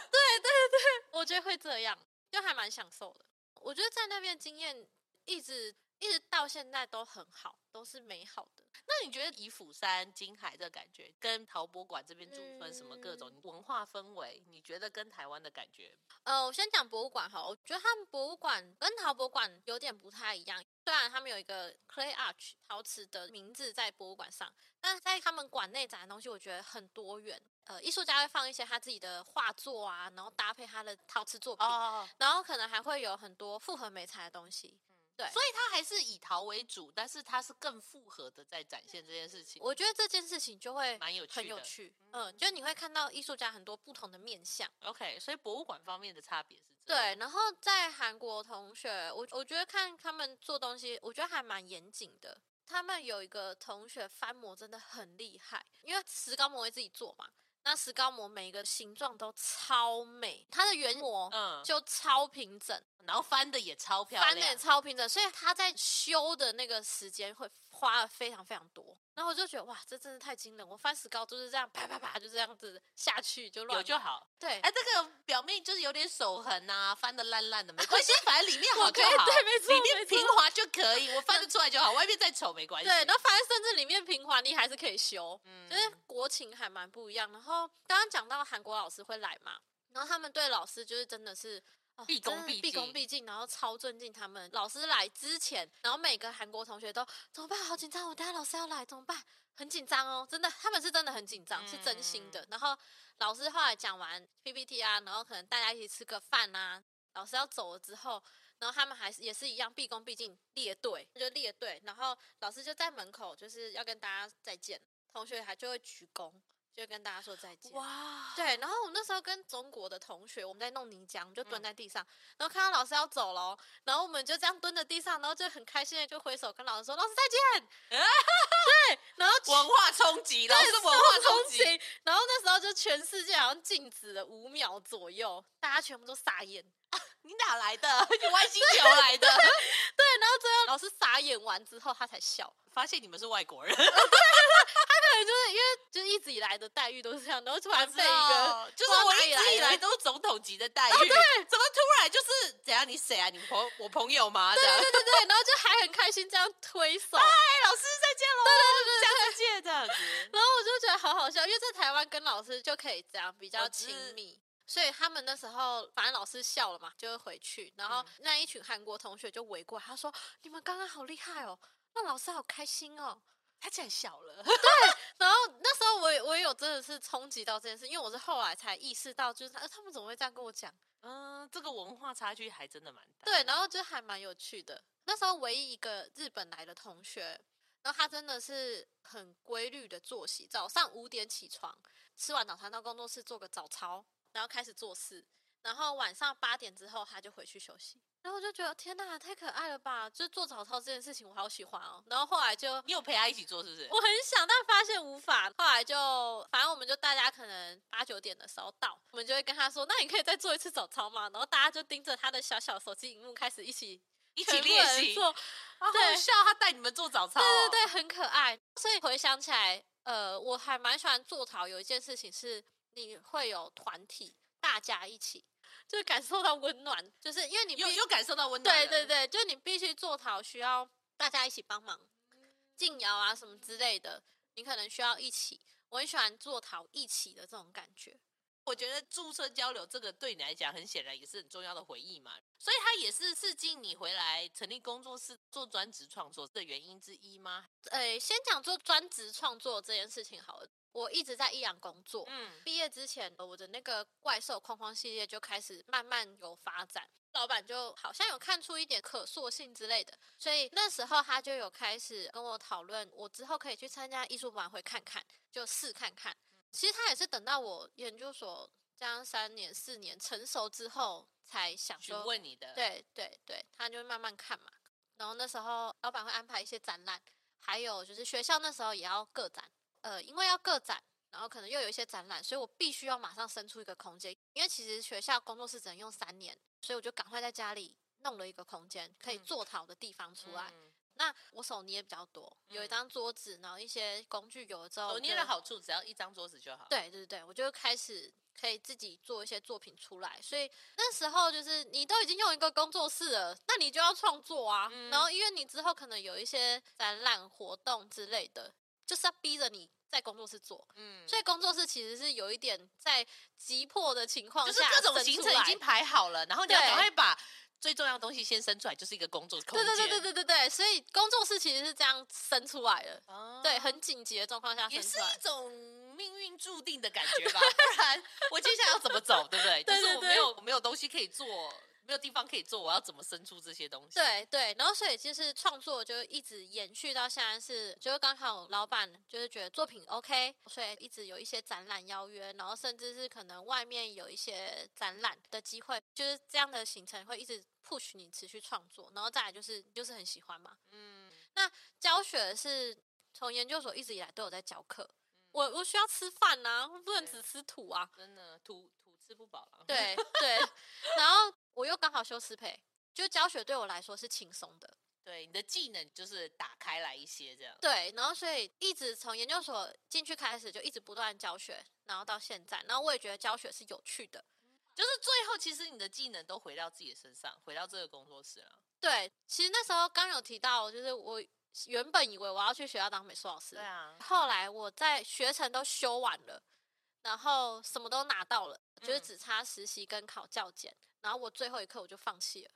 Speaker 2: 我觉得会这样，就还蛮享受的。我觉得在那边经验一直一直到现在都很好，都是美好的。
Speaker 1: 那你觉得以釜山、金海这感觉，跟陶博馆这边驻分什么各种文化氛围，你觉得跟台湾的感觉
Speaker 2: 呃，我先讲博物馆哈，我觉得他们博物馆跟陶博物馆有点不太一样。虽然他们有一个 clay arch 陶瓷的名字在博物馆上，但是在他们馆内展的东西，我觉得很多元。呃，艺术家会放一些他自己的画作啊，然后搭配他的陶瓷作品，
Speaker 1: 哦，
Speaker 2: 然后可能还会有很多复合美材的东西。对
Speaker 1: 所以他还是以逃为主，但是他是更复合的在展现这件事情，
Speaker 2: 我觉得这件事情就会
Speaker 1: 蛮有趣
Speaker 2: 很有
Speaker 1: 的。
Speaker 2: 趣，嗯，就你会看到艺术家很多不同的面相。
Speaker 1: OK，所以博物馆方面的差别是这样
Speaker 2: 对，然后在韩国同学，我我觉得看他们做东西，我觉得还蛮严谨的。他们有一个同学翻模真的很厉害，因为石膏模会自己做嘛，那石膏模每一个形状都超美，它的原模
Speaker 1: 嗯，
Speaker 2: 就超平整，
Speaker 1: 然后翻的也超漂亮，
Speaker 2: 翻的也超平整，所以他在修的那个时间会花了非常非常多。然后我就觉得哇，这真的太惊人！我翻石膏就是这样啪啪啪就这样子下去就乱
Speaker 1: 有就好。
Speaker 2: 对，
Speaker 1: 哎，这个表面就是有点手痕啊，翻的烂烂的，没 关系，反正里面好
Speaker 2: 我
Speaker 1: 就
Speaker 2: 可以
Speaker 1: 好，
Speaker 2: 对，没错，
Speaker 1: 里面
Speaker 2: 没错
Speaker 1: 平滑就可以，我翻得出来就好，外面再丑没关系。
Speaker 2: 对，然后反正甚至里面平滑你还是可以修，
Speaker 1: 嗯
Speaker 2: 就是国情还蛮不一样。然后刚刚讲到韩国老师会来嘛，然后他们对老师就是真的是。哦
Speaker 1: 毕恭
Speaker 2: 真的
Speaker 1: 毕
Speaker 2: 毕
Speaker 1: 敬
Speaker 2: 恭毕敬，然后超尊敬他们。老师来之前，然后每个韩国同学都怎么办？好紧张，我等下老师要来怎么办？很紧张哦，真的，他们是真的很紧张，是真心
Speaker 1: 嗯
Speaker 2: 的。然后老师后来讲完 PPT 啊，然后可能大家一起吃个饭啊，老师要走了之后，然后他们还是也是一样毕恭毕敬列队，就列队，然后老师就在门口就是要跟大家再见，同学还就会鞠躬，就会跟大家说再见。
Speaker 1: 哇，
Speaker 2: 对，然后我那时候跟中国的同学，我们在弄泥浆，我们就
Speaker 1: 嗯
Speaker 2: 蹲在地上，然后看到老师要走了，然后我们就这样蹲在地上，然后就很开心的就挥手跟老师说老师再 见，对，然后
Speaker 1: 文化冲击，老
Speaker 2: 对，
Speaker 1: 师
Speaker 2: 是
Speaker 1: 文化冲
Speaker 2: 击
Speaker 1: 击，。
Speaker 2: 然后那时候就全世界好像静止了五秒左右，大家全部都傻眼。
Speaker 1: 啊你哪来 的？你外星球来的？
Speaker 2: 对，然后最后老师傻眼完之后，他才笑。
Speaker 1: 发现你们是外国人，
Speaker 2: 对，就是因为就是一直以来的待遇都是这样，然后突然被一个
Speaker 1: 个就
Speaker 2: 不知
Speaker 1: 是
Speaker 2: 道
Speaker 1: 我
Speaker 2: 哪里
Speaker 1: 一直以
Speaker 2: 来
Speaker 1: 来
Speaker 2: 的
Speaker 1: 都
Speaker 2: 哦
Speaker 1: 是总统级的待遇，对，怎么突然就是怎样？你谁啊？你朋我朋友吗？这样，
Speaker 2: 对对对，然后就还很开心这样推手，然
Speaker 1: 哎，老师再见喽，对对对，下次见这样子。
Speaker 2: 后我就觉得好好笑，因为在台湾跟老师就可以这样比较
Speaker 1: 我知
Speaker 2: 亲密。所以他们那时候，反正老师笑了嘛，就会回去。然后
Speaker 1: 嗯
Speaker 2: 那一群韩国同学就围过来，他说：“你们刚刚好厉害哦，那老师好开心哦。”
Speaker 1: 他竟然笑 了，
Speaker 2: 然后那时候我也我也有真的是冲击到这件事，因为我是后来才意识到，就是他呃他们怎么会这样跟我讲？
Speaker 1: 嗯，这个文化差距还真的蛮大。
Speaker 2: 对，然后就还蛮有趣的。那时候唯一一个日本来的同学，然后他真的是很规律的作息，早上五点起床，吃完早餐到工作室做个早操，然后开始做事，然后晚上八点之后他就回去休息。然后我就觉得天呐，太可爱了吧！就是做早操这件事情，我好喜欢哦。然后后来就
Speaker 1: 你有陪他一起做是不是？
Speaker 2: 我很想，但发现无法。后来就，反正我们就大家可能八九点的时候到，我们就会跟他说：“那你可以再做一次早操吗？”然后大家就盯着他的小小手机荧幕开始一起
Speaker 1: 一
Speaker 2: 一
Speaker 1: 起练习，
Speaker 2: 做，
Speaker 1: 啊好
Speaker 2: 对
Speaker 1: 笑，哦他带你们做早操、
Speaker 2: 对对，对，很可爱。所以回想起来，呃，我还蛮喜欢做陶。有一件事情是，你会有团体，大家一起，就是感受到温暖，就是因为你
Speaker 1: 有
Speaker 2: 必
Speaker 1: 有感受到温暖了。
Speaker 2: 对对对，就你必须做陶，需要大家一起帮忙，静摇啊什么之类的，你可能需要一起。我很喜欢做陶一起的这种感觉，
Speaker 1: 我觉得驻村交流这个对你来讲，很显然也是很重要的回忆嘛，所以它也是刺激你回来成立工作室做专职创作的原因之一吗？
Speaker 2: 呃，先讲做专职创作这件事情好了。我一直在益阳工作，
Speaker 1: 嗯，
Speaker 2: 毕业之前，呃我的那个怪兽框框系列就开始慢慢有发展。老板就好像有看出一点可塑性之类的，所以那时候他就有开始跟我讨论，我之后可以去参加艺术晚会看看，就试看看。其实他也是等到我研究所这样三年四年成熟之后，才想
Speaker 1: 询
Speaker 2: 说
Speaker 1: 问你的，，
Speaker 2: 对对对，他就慢慢看嘛。然后那时候老板会安排一些展览，还有就是学校那时候也要个展，呃，因为要个展，然后可能又有一些展览，所以我必须要马上生出一个空间，因为其实学校工作室只能用三年，所以我就赶快在家里弄了一个空间，可以
Speaker 1: 嗯
Speaker 2: 做陶的地方出来。
Speaker 1: 嗯
Speaker 2: 那我手捏比较多，有一
Speaker 1: 嗯
Speaker 2: 张桌子，然后一些工具有了之后，
Speaker 1: 手
Speaker 2: 我
Speaker 1: 哦捏
Speaker 2: 就
Speaker 1: 的好处只要一张桌子就好。，
Speaker 2: 对对对，我就开始可以自己做一些作品出来。所以那时候就是你都已经用一个工作室了，那你就要创作啊。
Speaker 1: 嗯
Speaker 2: 然后因为你之后可能有一些展览活动之类的，就是要逼着你在工作室做。
Speaker 1: 嗯，
Speaker 2: 所以工作室其实是有一点在急迫的情况
Speaker 1: 就
Speaker 2: 下
Speaker 1: 是
Speaker 2: 生出来，
Speaker 1: 各种行程已经排好了，然后你要
Speaker 2: 对
Speaker 1: 赶快把最重要的东西先生出来，就是一个工作空
Speaker 2: 对
Speaker 1: 间。
Speaker 2: 对对对对对对，所以工作室其实是这样生出来的。
Speaker 1: 哦
Speaker 2: 对，很紧急的状况下
Speaker 1: 也
Speaker 2: 生
Speaker 1: 是
Speaker 2: 出来，
Speaker 1: 一种命运注 定的感觉吧，不然我接下来要怎么走，对不对？ 就
Speaker 2: 对
Speaker 1: 是
Speaker 2: 对
Speaker 1: 我
Speaker 2: 对
Speaker 1: 没有我没有东西可以做，没有地方可以做，我要怎么生出这些东西？
Speaker 2: 对对，然后所以就是创作就一直延续到现在是，就是刚好老板就是觉得作品 OK，所以一直有一些展览邀约，然后甚至是可能外面有一些展览的机会，就是这样的行程会一直 push 你持续创作，然后再来就是就是很喜欢嘛。
Speaker 1: 嗯，
Speaker 2: 教学是从研究所一直以来都有在教课，我我需要吃饭呐、我不能只
Speaker 1: 对
Speaker 2: 吃土啊。
Speaker 1: 真的土土吃不饱了。，
Speaker 2: 对对，然后我又刚好修师培，就教学对我来说是轻松的。
Speaker 1: 对，你的技能就是打开来一些这样。
Speaker 2: 对，然后所以一直从研究所进去开始，就一直不断教学，然后到现在，然后我也觉得教学是有趣的。
Speaker 1: 就是最后，其实你的技能都回到自己的身上，回到这个工作室了。
Speaker 2: 对，其实那时候刚有提到，就是我原本以为我要去学校当美术老师，
Speaker 1: 啊，
Speaker 2: 后来我在学程都修完了，然后什么都拿到了，就是
Speaker 1: 嗯
Speaker 2: 只差实习跟考教检，然后我最后一刻我就放弃了。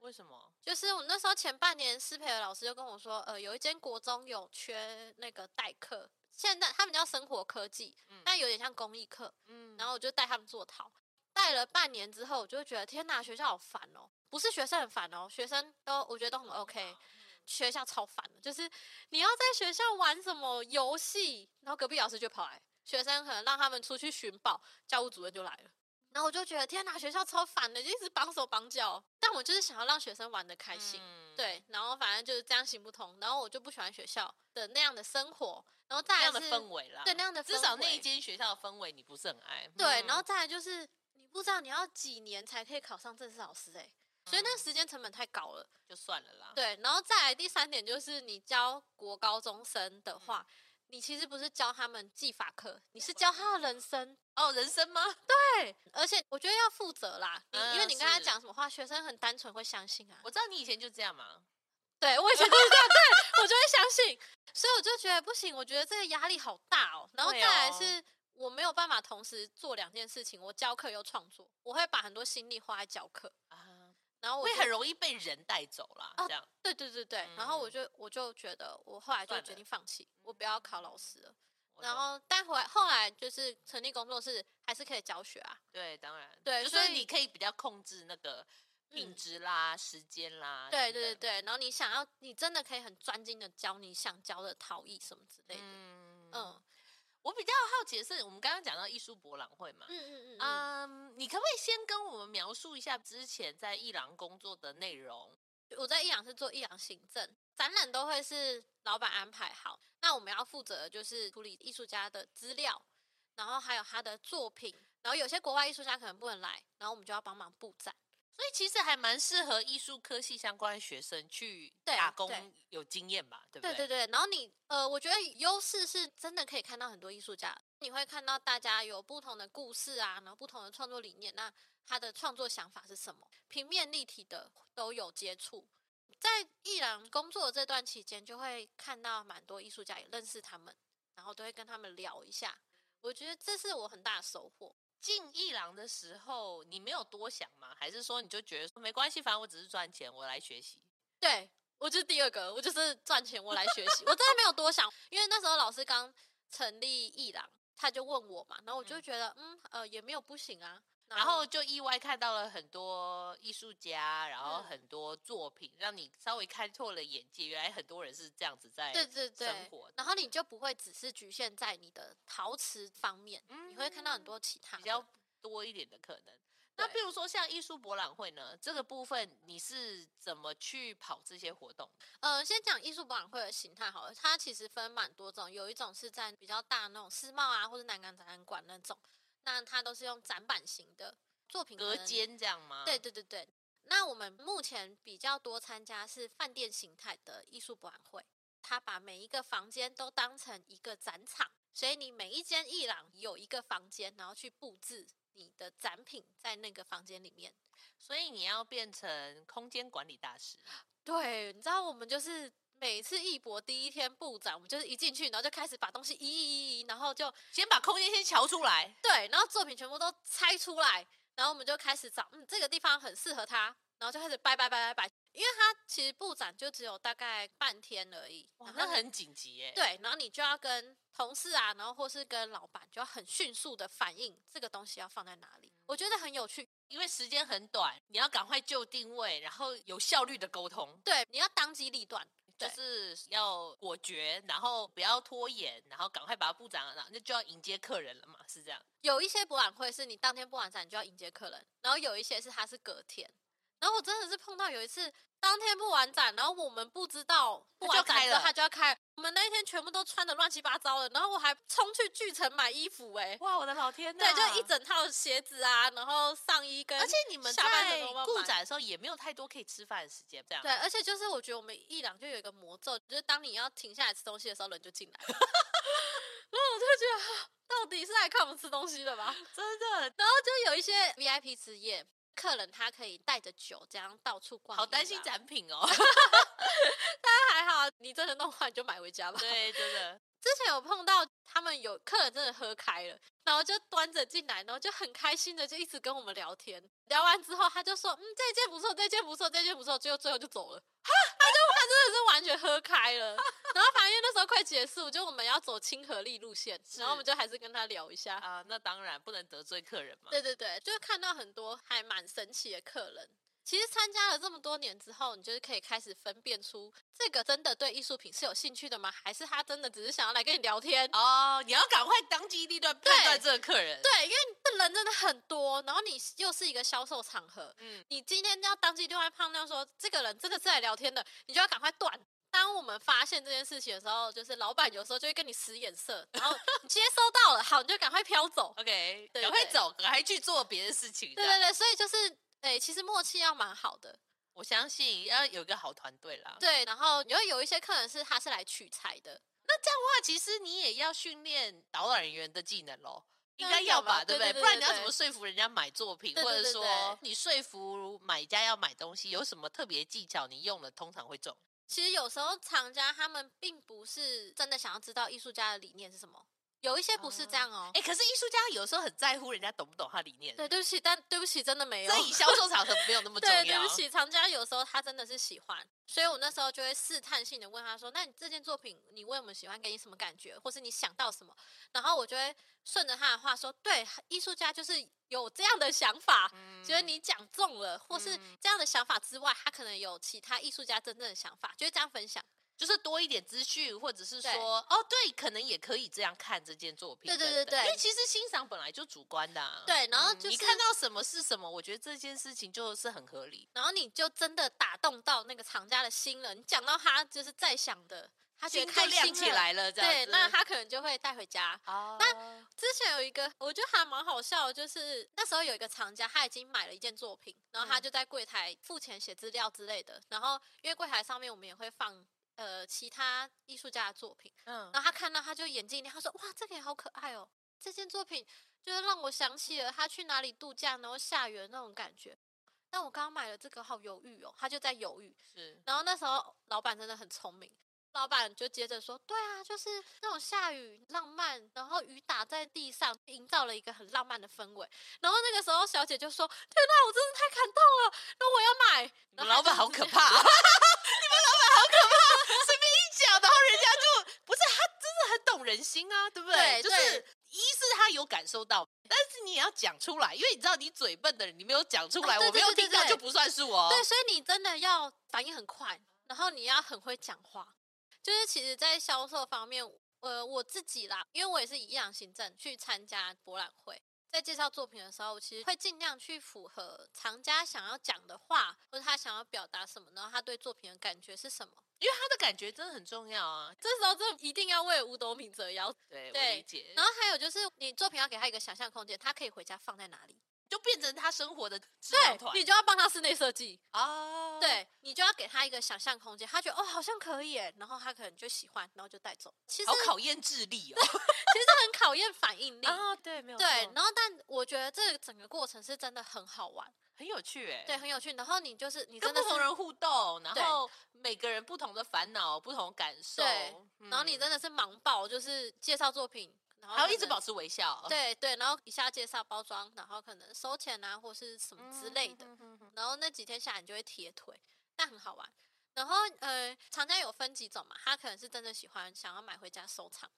Speaker 1: 为什么？
Speaker 2: 就是我那时候前半年，师培的老师就跟我说，呃，有一间国中有缺那个代课，现在他们叫生活科技，
Speaker 1: 嗯
Speaker 2: 但有点像公益课。
Speaker 1: 嗯
Speaker 2: 然后我就带他们做陶，带了半年之后，我就会觉得天哪，学校好烦哦！不是学生很烦哦，学生都我觉得都
Speaker 1: 哦
Speaker 2: 很 OK，学校超烦的，就是你要在学校玩什么游戏，然后隔壁老师就跑来，学生可能让他们出去寻宝，教务主任就来了。然后我就觉得天哪，学校超烦的，就一直绑手绑脚。但我就是想要让学生玩的开心，
Speaker 1: 嗯，
Speaker 2: 对。然后反正就是这样行不通，然后我就不喜欢学校的那样的生活，然后再
Speaker 1: 那
Speaker 2: 来
Speaker 1: 样的
Speaker 2: 是
Speaker 1: 氛围啦。啊
Speaker 2: 对那样的
Speaker 1: 至少
Speaker 2: 氛
Speaker 1: 那一
Speaker 2: 围
Speaker 1: 间学校的氛围你不是很爱。
Speaker 2: 对，
Speaker 1: 嗯
Speaker 2: 然后再来就是你不知道你要几年才可以考上正式老师哎、所以那时间成本太高了。
Speaker 1: 嗯就算了啦。
Speaker 2: 对，然后再来第三点就是你教国高中生的
Speaker 1: 嗯
Speaker 2: 话，你其实不是教他们技法课，你是教他的人生。
Speaker 1: 哦，人生吗？
Speaker 2: 对，而且我觉得要负责啦，你因为
Speaker 1: 嗯
Speaker 2: 你跟他
Speaker 1: 是
Speaker 2: 讲什么话，学生很单纯会相信啊。
Speaker 1: 我知道你以前就这样嘛。
Speaker 2: 对我以前就是这样，对我就会相信，所以我就觉得不行，我觉得这个压力好大哦。然后再
Speaker 1: 对
Speaker 2: 来
Speaker 1: 哦
Speaker 2: 是、我没有办法同时做两件事情，我教课又创作，我会把很多心力花在教课，
Speaker 1: 啊，
Speaker 2: 然后我
Speaker 1: 会
Speaker 2: 就
Speaker 1: 很容易被人带走啦。
Speaker 2: 哦
Speaker 1: 这样，
Speaker 2: 对对对对，然后我
Speaker 1: 嗯
Speaker 2: 就我就觉得我后来就
Speaker 1: 算
Speaker 2: 决
Speaker 1: 了嗯
Speaker 2: 定放弃，我不要考老师了。
Speaker 1: 我
Speaker 2: 然
Speaker 1: 懂
Speaker 2: 后但回来后来就是成立工作室，还是可以教学啊。
Speaker 1: 对，当然
Speaker 2: 对
Speaker 1: 就
Speaker 2: 所
Speaker 1: 是
Speaker 2: 以
Speaker 1: 你可以比较控制那个品
Speaker 2: 嗯
Speaker 1: 质啦、时间啦。
Speaker 2: 对
Speaker 1: 等
Speaker 2: 对对
Speaker 1: 等，
Speaker 2: 对，然后你想要，你真的可以很专精的教你想教的陶艺什么之类的。
Speaker 1: 嗯
Speaker 2: 嗯嗯
Speaker 1: 我比较好奇的是，我们刚刚讲到艺术博览会嘛，
Speaker 2: 嗯嗯啊、
Speaker 1: 嗯，你可不可以先跟我们描述一下之前在伊朗工作的内容？
Speaker 2: 我在伊朗是做伊朗行政，展览都会是老板安排好，那我们要负责的就是处理艺术家的资料，然后还有他的作品，然后有些国外艺术家可能不能来，然后我们就要帮忙布展。
Speaker 1: 所以其实还蛮适合艺术科系相关的学生去
Speaker 2: 对
Speaker 1: 打
Speaker 2: 对
Speaker 1: 工有经验吧，对不
Speaker 2: 对
Speaker 1: 对
Speaker 2: 对对，然后你呃，我觉得优势是真的可以看到很多艺术家，你会看到大家有不同的故事啊，然后不同的创作理念，那他的创作想法是什么，平面立体的都有接触。在艺廊工作的这段期间，就会看到蛮多艺术家，也认识他们，然后都会跟他们聊一下。我觉得这是我很大的收获。
Speaker 1: 进伊朗的时候，你没有多想吗？还是说你就觉得说没关系，反正我只是赚钱，我来学习？
Speaker 2: 对，我就是第二个，我就是赚钱，我来学习。我真的没有多想，因为那时候老师刚成立艺廊，他就问我嘛，然后我就
Speaker 1: 嗯
Speaker 2: 觉得，嗯，呃，也没有不行啊。
Speaker 1: 然后就意外看到了很多艺术家，然后
Speaker 2: 嗯
Speaker 1: 很多作品，让你稍微开拓了眼界。原来很多人是这样子在
Speaker 2: 对对
Speaker 1: 生
Speaker 2: 对，
Speaker 1: 活的，
Speaker 2: 然后你就不会只是局限在你的陶瓷方面，
Speaker 1: 嗯
Speaker 2: 你会看到很多其他
Speaker 1: 比较
Speaker 2: 的
Speaker 1: 多一点的可能。那
Speaker 2: 对
Speaker 1: 比如说像艺术博览会呢，这个部分你是怎么去跑这些活动？
Speaker 2: 呃，先讲艺术博览会的形态好了，它其实分蛮多种，有一种是在比较大那种世贸啊，或者南港展览馆那种，那它都是用展板型的作品可
Speaker 1: 隔
Speaker 2: 能
Speaker 1: 间这样吗？
Speaker 2: 对，对对对。那我们目前比较多参加是饭店形态的艺术博览会，它把每一个房间都当成一个展场，所以你每一间艺廊有一个房间，然后去布置你的展品在那个房间里面。
Speaker 1: 所以你要变成空间管理大师。
Speaker 2: 对，你知道我们就是每次艺博第一天布展，我们就是一进去，然后就开始把东西移移移移，然后就
Speaker 1: 先把空间先瞧出来，
Speaker 2: 对，然后作品全部都拆出来，然后我们就开始找，嗯，这个地方很适合他，然后就开始掰掰掰掰掰，因为他其实布展就只有大概半天而已，
Speaker 1: 哇
Speaker 2: 然，
Speaker 1: 那
Speaker 2: 后你
Speaker 1: 很紧急耶。，
Speaker 2: 对，然后你就要跟同事啊，然后或是跟老板，就要很迅速的反应这个东西要放在哪里，我觉得很有趣。
Speaker 1: 因为时间很短，你要赶快就定位，然后有效率的沟通。
Speaker 2: 对，你要当机立断。
Speaker 1: 就
Speaker 2: 对
Speaker 1: 是要果决，然后不要拖延，然后赶快把它布展，然后那就要迎接客人了嘛，是这样。
Speaker 2: 有一些博览会是你当天博览展你就要迎接客人，然后有一些是它是隔天。然后我真的是碰到有一次当天不完展，然后我们不知道不完展之后
Speaker 1: 它
Speaker 2: 它就要开了，我们那一天全部都穿的乱七八糟的，然后我还冲去巨城买衣服哎、
Speaker 1: 哇，我的老天
Speaker 2: 对，就一
Speaker 1: 整。
Speaker 2: 整套鞋子啊，然后上衣跟
Speaker 1: 而且你们在
Speaker 2: 下半身都慢慢
Speaker 1: 顾展的时候也没有太多可以吃饭的时间，这样。
Speaker 2: 对，而且就是我觉得我们伊朗就有一个魔咒，就是当你要停下来吃东西的时候，人就进来了。然 后我就觉得，啊 到底是来看我们吃东西的吧？
Speaker 1: 真的
Speaker 2: 然后就有一些 VIP 职业客人，他可以带着酒这样到处逛。
Speaker 1: 好担心，展品哦。
Speaker 2: 但还好，你真的弄坏你就买回家吧。
Speaker 1: 对，真的。
Speaker 2: 之前有碰到他们有客人真的喝开了，然后就端着进来，然后就很开心的就一直跟我们聊天。聊完之后，他就说：“嗯，这件不错，这件不错，这件不错。”结果最后就走了。他就他真的是完全喝开 了。然后反正因为那时候快结束，就我们要走亲和力路线，然后我们就还是跟他聊一下。
Speaker 1: 啊，那当然不能得罪客人嘛。
Speaker 2: 对对对，就看到很多还蛮神奇的客人。其实参加了这么多年之后，你就是可以开始分辨出这个真的对艺术品是有兴趣的吗？还是他真的只是想要来跟你 聊天？
Speaker 1: 哦，你要赶快当机立断判断这个客人。，
Speaker 2: 对，因为这人真的很多，然后你又是一个销售场合，
Speaker 1: 嗯，
Speaker 2: 你今天要当机立断判断说这个人真的是来聊天的，你就要赶快断。当我们发现这件事情的时候，就是老板有时候就会跟你使眼色，然后你接收到了，好，你就赶快 飘走。
Speaker 1: OK，
Speaker 2: 对
Speaker 1: 赶快
Speaker 2: 对
Speaker 1: 走，赶快去做别的事情。
Speaker 2: 对
Speaker 1: 这样
Speaker 2: 对对，所以就是，哎、其实默契要蛮好的。
Speaker 1: 我相信要有一个好团队啦。
Speaker 2: 对，然后你会有一些客人是他是来取材的，
Speaker 1: 那其实你也要训练导览人员的技能喽。应
Speaker 2: 那
Speaker 1: 该
Speaker 2: 是
Speaker 1: 要
Speaker 2: 有吧
Speaker 1: 吧，对不
Speaker 2: 对
Speaker 1: 对？
Speaker 2: 对
Speaker 1: 不然
Speaker 2: 对
Speaker 1: 你要
Speaker 2: 对
Speaker 1: 怎么说服人家买作品，
Speaker 2: 对
Speaker 1: 或
Speaker 2: 对
Speaker 1: 者
Speaker 2: 对
Speaker 1: 说你说服买家要买东西，有什么特别技巧？你用了通常会中。
Speaker 2: 其实有时候厂家他们并不是真的想要知道艺术家的理念是什么，有一些不是这样哦。
Speaker 1: 哎、可是艺术家有时候很在乎人家懂不懂他理念，
Speaker 2: 对，对不起，但对不起，真的没有
Speaker 1: 这。以销售场合没有那么重要。
Speaker 2: 对，对不起，厂家有时候他真的是喜欢，所以我那时候就会试探性的问他说：“那你这件作品你为什么喜欢？给你什么感觉？或是你想到什么？”然后我就会顺着他的话说：“对，艺术家就是有这样的想法，
Speaker 1: 嗯，
Speaker 2: 觉得你讲中了，或是
Speaker 1: 嗯
Speaker 2: 这样的想法之外，他可能有其他艺术家真正的想法，就会这样分享。
Speaker 1: 就是多一点资讯，或者是
Speaker 2: 对
Speaker 1: 说，哦，对，可能也可以这样看这件作品
Speaker 2: 对
Speaker 1: 等等。
Speaker 2: 对对对
Speaker 1: 因为其实欣赏本来就主观的、啊。
Speaker 2: 对然后
Speaker 1: 嗯
Speaker 2: 就
Speaker 1: 你
Speaker 2: 是
Speaker 1: 看到什么是什么，我觉得这件事情就是很合理。
Speaker 2: 然后你就真的打动到那个厂家的心了，你讲到他就是在想的，他觉
Speaker 1: 心
Speaker 2: 得
Speaker 1: 就
Speaker 2: 开
Speaker 1: 亮
Speaker 2: 心
Speaker 1: 起
Speaker 2: 了。
Speaker 1: 来了，这样
Speaker 2: 对，
Speaker 1: 子
Speaker 2: 那他可能就会带回家。
Speaker 1: 哦，
Speaker 2: 之前有一个，我觉得还蛮好笑的，就是那时候有一个厂家，他已经买了一件作品，然后他
Speaker 1: 嗯
Speaker 2: 就在柜台付钱、写资料之类的。然后因为柜台上面我们也会放呃其他艺术家的作品，
Speaker 1: 嗯，
Speaker 2: 然后他看到他就眼睛一亮，他说：“哇，这个也好可爱哦！这件作品就是让我想起了他去哪里度假，然后下雨的那种感觉。”但我刚刚买了这个，好犹豫哦，他就在犹豫。
Speaker 1: 是
Speaker 2: 然后那时候老板真的很聪明，老板就接着说：“对啊，就是那种下雨浪漫，然后雨打在地上，营造了一个很浪漫的氛围。”然后那个时候小姐就说：“天哪，我真的太感动了，那我要买。”
Speaker 1: 你
Speaker 2: 然
Speaker 1: 们
Speaker 2: 后
Speaker 1: 老板
Speaker 2: 他
Speaker 1: 好
Speaker 2: 就直
Speaker 1: 可
Speaker 2: 接
Speaker 1: 怕、啊，你们老板好可怕，随便一讲，然后人家就不是他真的很懂人心啊，对不
Speaker 2: 对
Speaker 1: 就是
Speaker 2: 对
Speaker 1: 一是他有感受到，但是你也要讲出来，因为你知道你嘴笨的人，你没有讲出来，
Speaker 2: 哦对
Speaker 1: 我没有
Speaker 2: 对对
Speaker 1: 听到
Speaker 2: 对对
Speaker 1: 就不算数哦。
Speaker 2: 对，所以你真的要反应很快，然后你要很会讲话。就是其实，在销售方面，呃，我自己啦，因为我也是一样行政去参加博览会，在介绍作品的时候，我其实会尽量去符合藏家想要讲的话，或者他想要表达什么，然后他对作品的感觉是什么。
Speaker 1: 因为他的感觉真的很重要啊。
Speaker 2: 这时候，这一定要为五斗米折腰。
Speaker 1: 对，我
Speaker 2: 对
Speaker 1: 理解，
Speaker 2: 然后还有就是，你作品要给他一个想象空间，他可以回家放在哪里？
Speaker 1: 就变成他生活的智囊团
Speaker 2: 对，你就要帮他室内设计。
Speaker 1: 哦，
Speaker 2: 对你就要给他一个想象空间，他觉得哦好像可以耶，然后他可能就喜欢，然后就带走。其实
Speaker 1: 好
Speaker 2: 其
Speaker 1: 考验智力哦。
Speaker 2: 实很考验 反应力。
Speaker 1: 啊，对，没有
Speaker 2: 对
Speaker 1: 错，
Speaker 2: 然后但我觉得这个整个过程是真的很好玩，
Speaker 1: 很有趣哎。
Speaker 2: 对，很有趣。然后你就是你
Speaker 1: 跟
Speaker 2: 真
Speaker 1: 不
Speaker 2: 的
Speaker 1: 同
Speaker 2: 是，
Speaker 1: 人互动，然
Speaker 2: 对
Speaker 1: 后每个人不同的烦恼、不同感受，
Speaker 2: 对
Speaker 1: 嗯
Speaker 2: 然后你真的是忙爆，就是介绍作品，然后
Speaker 1: 还要
Speaker 2: 可
Speaker 1: 一直
Speaker 2: 能
Speaker 1: 保持微笑，
Speaker 2: 对对，然后一下介绍包装，然后可能收钱啊或是什么之类的。
Speaker 1: 嗯。嗯嗯嗯嗯
Speaker 2: 然后那几天下来你就会贴腿，那很好玩。然后呃，厂家有分几种嘛，他可能是真的喜欢，想要买回家收藏。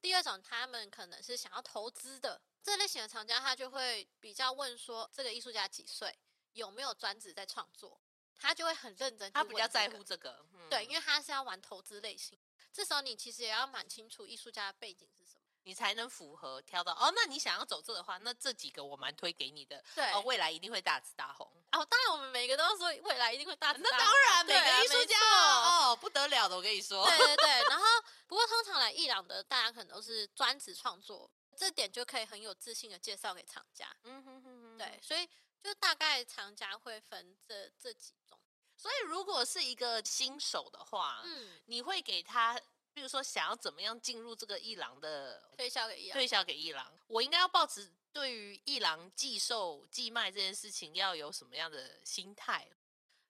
Speaker 2: 第二种，他们可能是想要投资的这类型的藏家，他就会比较问说这个艺术家几岁，有没有专职在创作，他就会很认真去问这个、
Speaker 1: 他比较在乎这个，嗯
Speaker 2: 对，因为他是要玩投资类型。这时候你其实也要蛮清楚艺术家的背景是什么。
Speaker 1: 你才能符合挑到哦。那你想要走这的话，那这几个我蛮推给你的，
Speaker 2: 对，
Speaker 1: 哦，未来一定会大紫大红。
Speaker 2: 哦，当然我们每个都说未来一定会大紫
Speaker 1: 啊那
Speaker 2: 大
Speaker 1: 当
Speaker 2: 红
Speaker 1: 然，每
Speaker 2: 对啊
Speaker 1: 个艺术
Speaker 2: 没
Speaker 1: 家
Speaker 2: 错
Speaker 1: 哦，不得了的，我跟你说。
Speaker 2: 对对对，然后不过通常来伊朗的大家可能都是专职创作，这点就可以很有自信的介绍给厂家。
Speaker 1: 嗯哼哼哼
Speaker 2: 对，，所以就大概厂家会分这这几种。
Speaker 1: 所以如果是一个新手的话，
Speaker 2: 嗯，
Speaker 1: 你会给他，比如说想要怎么样进入这个艺廊的
Speaker 2: 推销给伊朗。
Speaker 1: 对象给艺廊，我应该要抱持对于艺廊寄售寄卖这件事情要有什么样的心态？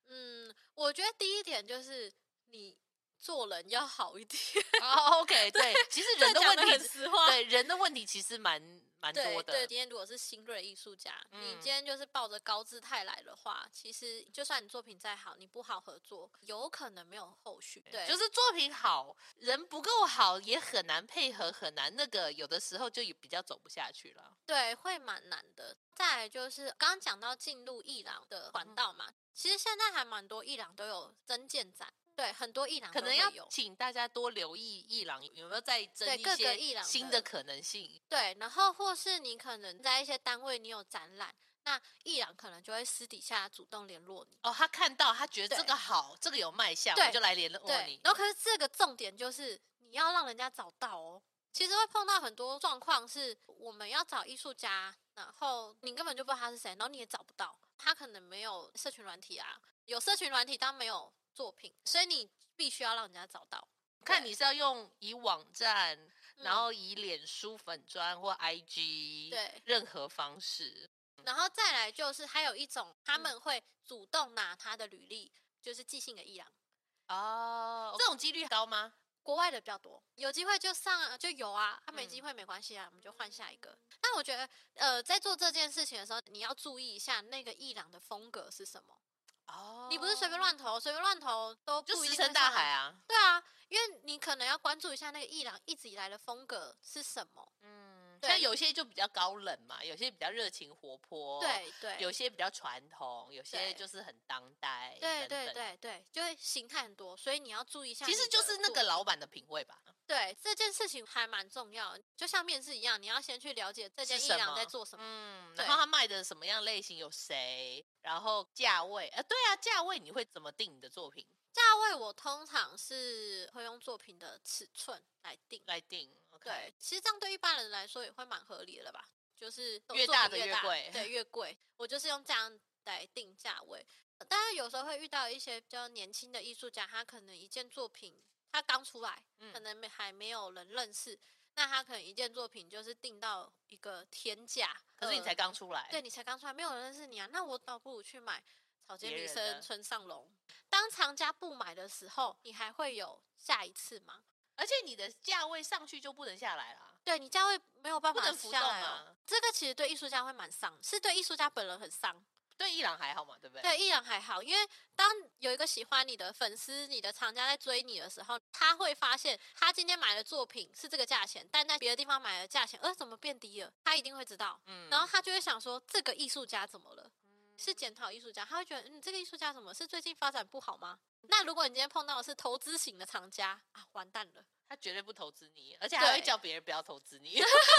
Speaker 2: 嗯，我觉得第一点就是你做人要 好一点，
Speaker 1: 哦、o k 对，其实人的
Speaker 2: 讲
Speaker 1: 问
Speaker 2: 得很
Speaker 1: 题，
Speaker 2: 实话。
Speaker 1: 对人的问题其实蛮蛮
Speaker 2: 对
Speaker 1: 多
Speaker 2: 对，
Speaker 1: 的，
Speaker 2: 今天如果是新锐艺术家，你
Speaker 1: 嗯
Speaker 2: 今天就是抱着高姿态来的话，其实就算你作品再好，你不好合作，有可能没有后续。对，
Speaker 1: 就是作品好，人不够好也很难配合，很难那个，有的时候就也比较走不下去了。
Speaker 2: 对，会蛮难的。再来就是刚刚讲到进入伊朗的
Speaker 1: 嗯
Speaker 2: 管道嘛，其实现在还蛮多伊朗都有增建展，对，很多伊朗
Speaker 1: 可
Speaker 2: 都
Speaker 1: 能
Speaker 2: 会
Speaker 1: 要
Speaker 2: 有
Speaker 1: 请大家多留意伊朗有没有在增
Speaker 2: 对
Speaker 1: 一
Speaker 2: 各个伊
Speaker 1: 些
Speaker 2: 朗
Speaker 1: 新
Speaker 2: 的
Speaker 1: 的可能性。
Speaker 2: 对，然后或是你可能在一些单位你有展览，那伊朗可能就会私底下主动联络你。
Speaker 1: 哦，他看到他觉得这
Speaker 2: 对
Speaker 1: 个好，这个有卖相，
Speaker 2: 对
Speaker 1: 我就来联络
Speaker 2: 对
Speaker 1: 你，。
Speaker 2: 然后可是这个重点就是你要让人家找到哦。其实会碰到很多状况是，我们要找艺术家，然后你根本就不知道他是谁，然后你也找不到，他可能没有社群软体啊，有社群软体但没有作品，所以你必须要让人家找到。
Speaker 1: 看你是要用以网站，
Speaker 2: 嗯
Speaker 1: 然后以脸书粉砖或 IG，
Speaker 2: 对
Speaker 1: 任何方式。
Speaker 2: 然后再来就是还有一种，
Speaker 1: 嗯
Speaker 2: 他们会主动拿他的履历，就是寄信给伊朗。
Speaker 1: 哦，这种几率高吗？
Speaker 2: 国外的比较多，有机会就上啊就有啊，啊没
Speaker 1: 嗯
Speaker 2: 机会没关系啊，我们就换下一个。但我觉得，呃，在做这件事情的时候，你要注意一下那个伊朗的风格是什么。
Speaker 1: 哦，
Speaker 2: 你不是随便，乱投，随便乱投都
Speaker 1: 就
Speaker 2: 不一
Speaker 1: 石
Speaker 2: 定会
Speaker 1: 沉大
Speaker 2: 上
Speaker 1: 海
Speaker 2: 来。
Speaker 1: 啊。
Speaker 2: 对啊，因为你可能要关注一下那个伊朗一直以来的风格是什么。
Speaker 1: 嗯，
Speaker 2: 对啊
Speaker 1: 像有些就比较高冷嘛，有些比较热情活泼，，
Speaker 2: 对对，
Speaker 1: 哦有些比较传统，有些
Speaker 2: 对
Speaker 1: 就是很当代，
Speaker 2: 对
Speaker 1: 等
Speaker 2: 对
Speaker 1: 等。
Speaker 2: 对对，就会形态很多，所以你要注意一下你
Speaker 1: 其
Speaker 2: 的作
Speaker 1: 实
Speaker 2: 品。
Speaker 1: 就是那个老板的品味吧，
Speaker 2: 对这件事情还蛮重要的，就像面试一样，你要先去了解这件
Speaker 1: 是
Speaker 2: 伊
Speaker 1: 什
Speaker 2: 朗在
Speaker 1: 么
Speaker 2: 做什么。
Speaker 1: 嗯，
Speaker 2: 对
Speaker 1: 然后他卖的什么样类型有谁，然后价位，呃，对啊，价位你会怎么定你的作品
Speaker 2: 价位我通常是会用作品的尺寸来定。
Speaker 1: 来定？OK？
Speaker 2: 对，其实这样对一般人来说也会蛮合理的了吧？就是我
Speaker 1: 越
Speaker 2: 作
Speaker 1: 大
Speaker 2: 品
Speaker 1: 的
Speaker 2: 越
Speaker 1: 越贵
Speaker 2: 对，越贵。我就是用这样来定价位。呃当然有时候会遇到一些比较年轻的艺术家，他可能一件作品他刚出来，可
Speaker 1: 嗯，
Speaker 2: 能没还没有人认识，那他可能一件作品就是定到一个天价，
Speaker 1: 可是你
Speaker 2: 呃
Speaker 1: 才刚出来，
Speaker 2: 对你才刚出来，没有人认识你啊，那我倒不如去买草间
Speaker 1: 别
Speaker 2: 弥
Speaker 1: 人
Speaker 2: 生、
Speaker 1: 的
Speaker 2: 村上隆。当藏家不买的时候，你还会有下一次吗？
Speaker 1: 而且你的价位上去就不能下来啦。
Speaker 2: 对你价位没有办
Speaker 1: 不
Speaker 2: 法
Speaker 1: 能浮
Speaker 2: 下
Speaker 1: 动
Speaker 2: 来哦
Speaker 1: 啊。
Speaker 2: 这个其实对艺术家会蛮伤，是对艺术家本人很伤。
Speaker 1: 对伊朗还好嘛，对不对？
Speaker 2: 对艺人还好，因为当有一个喜欢你的粉丝、你的藏家在追你的时候，他会发现他今天买的作品是这个价钱，但在别的地方买的价钱，呃，怎么变低了？他一定会知道。
Speaker 1: 嗯
Speaker 2: 然后他就会想说，这个艺术家怎么了？是检讨艺术家，他会觉得，嗯，这个艺术家怎么是最近发展不好吗？那如果你今天碰到的是投资型的藏家啊，完蛋了。
Speaker 1: 他绝对不投资你，而且还会
Speaker 2: 对
Speaker 1: 叫别人不要投资你。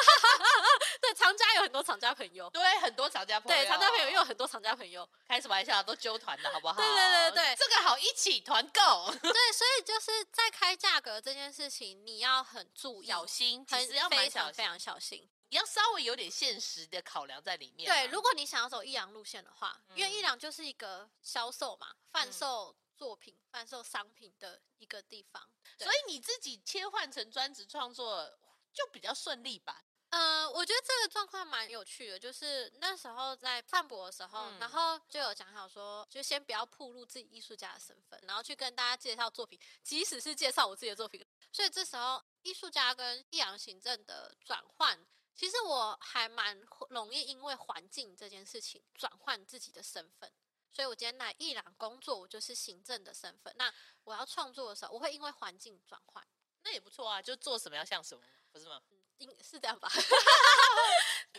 Speaker 2: 对，藏家有很多藏家朋友，
Speaker 1: 对，啊很多藏家朋友，哦
Speaker 2: 对，藏家朋友也有很多藏家朋友，
Speaker 1: 开什么玩笑，都揪团的好不好？
Speaker 2: 对对对对
Speaker 1: 这个好一起团购，
Speaker 2: 对，所以就是在开价格这件事情，你要很注 意，
Speaker 1: 小心，其
Speaker 2: 很
Speaker 1: 实要蛮
Speaker 2: 非
Speaker 1: 小
Speaker 2: 常
Speaker 1: 心
Speaker 2: 非，常小心。
Speaker 1: 你要稍微有点现实的考量在里面啦。
Speaker 2: 对，如果你想要走益阳路线的话，因为益
Speaker 1: 啊嗯
Speaker 2: 阳就是一个销售嘛，贩
Speaker 1: 嗯
Speaker 2: 售作品、贩售商品的一个地方。对
Speaker 1: 所以你自己切换成专职创作就比较顺利吧？
Speaker 2: 呃，我觉得这个状况蛮有趣的，就是那时候在范博的时候，
Speaker 1: 嗯
Speaker 2: 然后就有讲好说，就先不要暴露自己艺术家的身份，然后去跟大家介绍作品，即使是介绍我自己的作品，所以这时候艺术家跟益阳行政的转换，其实我还蛮容易因为环境这件事情转换自己的身份。所以我今天来伊朗工作，我就是行政的身份。那我要创作的时候，我会因为环境转换。
Speaker 1: 那也不错啊，就做什么要像什么，不是吗？
Speaker 2: 应是这样吧？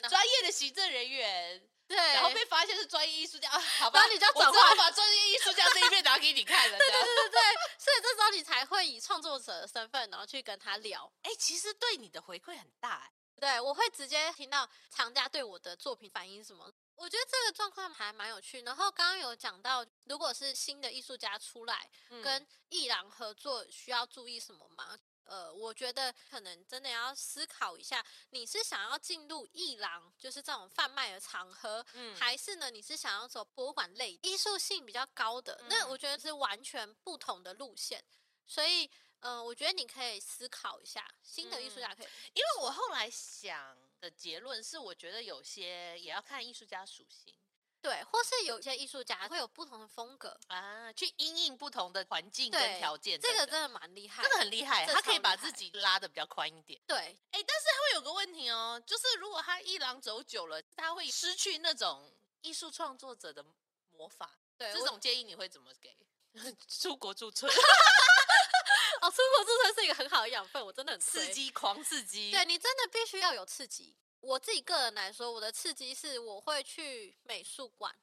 Speaker 1: 专业的行政人员，
Speaker 2: 对，
Speaker 1: 然
Speaker 2: 然
Speaker 1: 后被发现是专业艺术家，啊好吧
Speaker 2: 然，后你就要
Speaker 1: 我
Speaker 2: 转
Speaker 1: 只好
Speaker 2: 换
Speaker 1: 把专业艺术家这一面拿给你看 了。对
Speaker 2: 对对对，所以这时候你才会以创作者的身份，然后去跟他聊。
Speaker 1: 哎、其实对你的回馈很大、哎
Speaker 2: 对，我会直接听到藏家对我的作品反应什么。我觉得这个状况还蛮有趣。然后刚刚有讲到，如果是新的艺术家出来
Speaker 1: 嗯
Speaker 2: 跟艺廊合作，需要注意什么吗？呃，我觉得可能真的要思考一下，你是想要进入艺廊，就是这种贩卖的场合，
Speaker 1: 嗯
Speaker 2: 还是呢，你是想要走博物馆类艺术性比较高的？那
Speaker 1: 嗯
Speaker 2: 我觉得是完全不同的路线，所以，嗯、我觉得你可以思考一下，新的艺术家可以，
Speaker 1: 因为我后来想的结论是，我觉得有些也要看艺术家属性
Speaker 2: 对，或是有一些艺术家会有不同的风格，
Speaker 1: 啊，去因应不同的环境跟
Speaker 2: 对
Speaker 1: 条件等
Speaker 2: 这
Speaker 1: 等。
Speaker 2: 个真的蛮厉害的，
Speaker 1: 真的很厉害，
Speaker 2: 这
Speaker 1: 他可以
Speaker 2: 超
Speaker 1: 把
Speaker 2: 厉
Speaker 1: 自
Speaker 2: 害
Speaker 1: 己拉的比较宽一点。
Speaker 2: 对，
Speaker 1: 哎、但是他会有个问题哦，就是如果他一郎走久了，他会失去那种艺术创作者的魔法。
Speaker 2: 对，
Speaker 1: 这
Speaker 2: 我
Speaker 1: 种建议你会怎么给？ 出国驻村，
Speaker 2: 哦，出国驻村是一个很好的养分，我真的很
Speaker 1: 刺
Speaker 2: 推。
Speaker 1: 激，狂刺激。
Speaker 2: 对你真的必须要有刺激。我自己个人来说，我的刺激是我会去美术馆，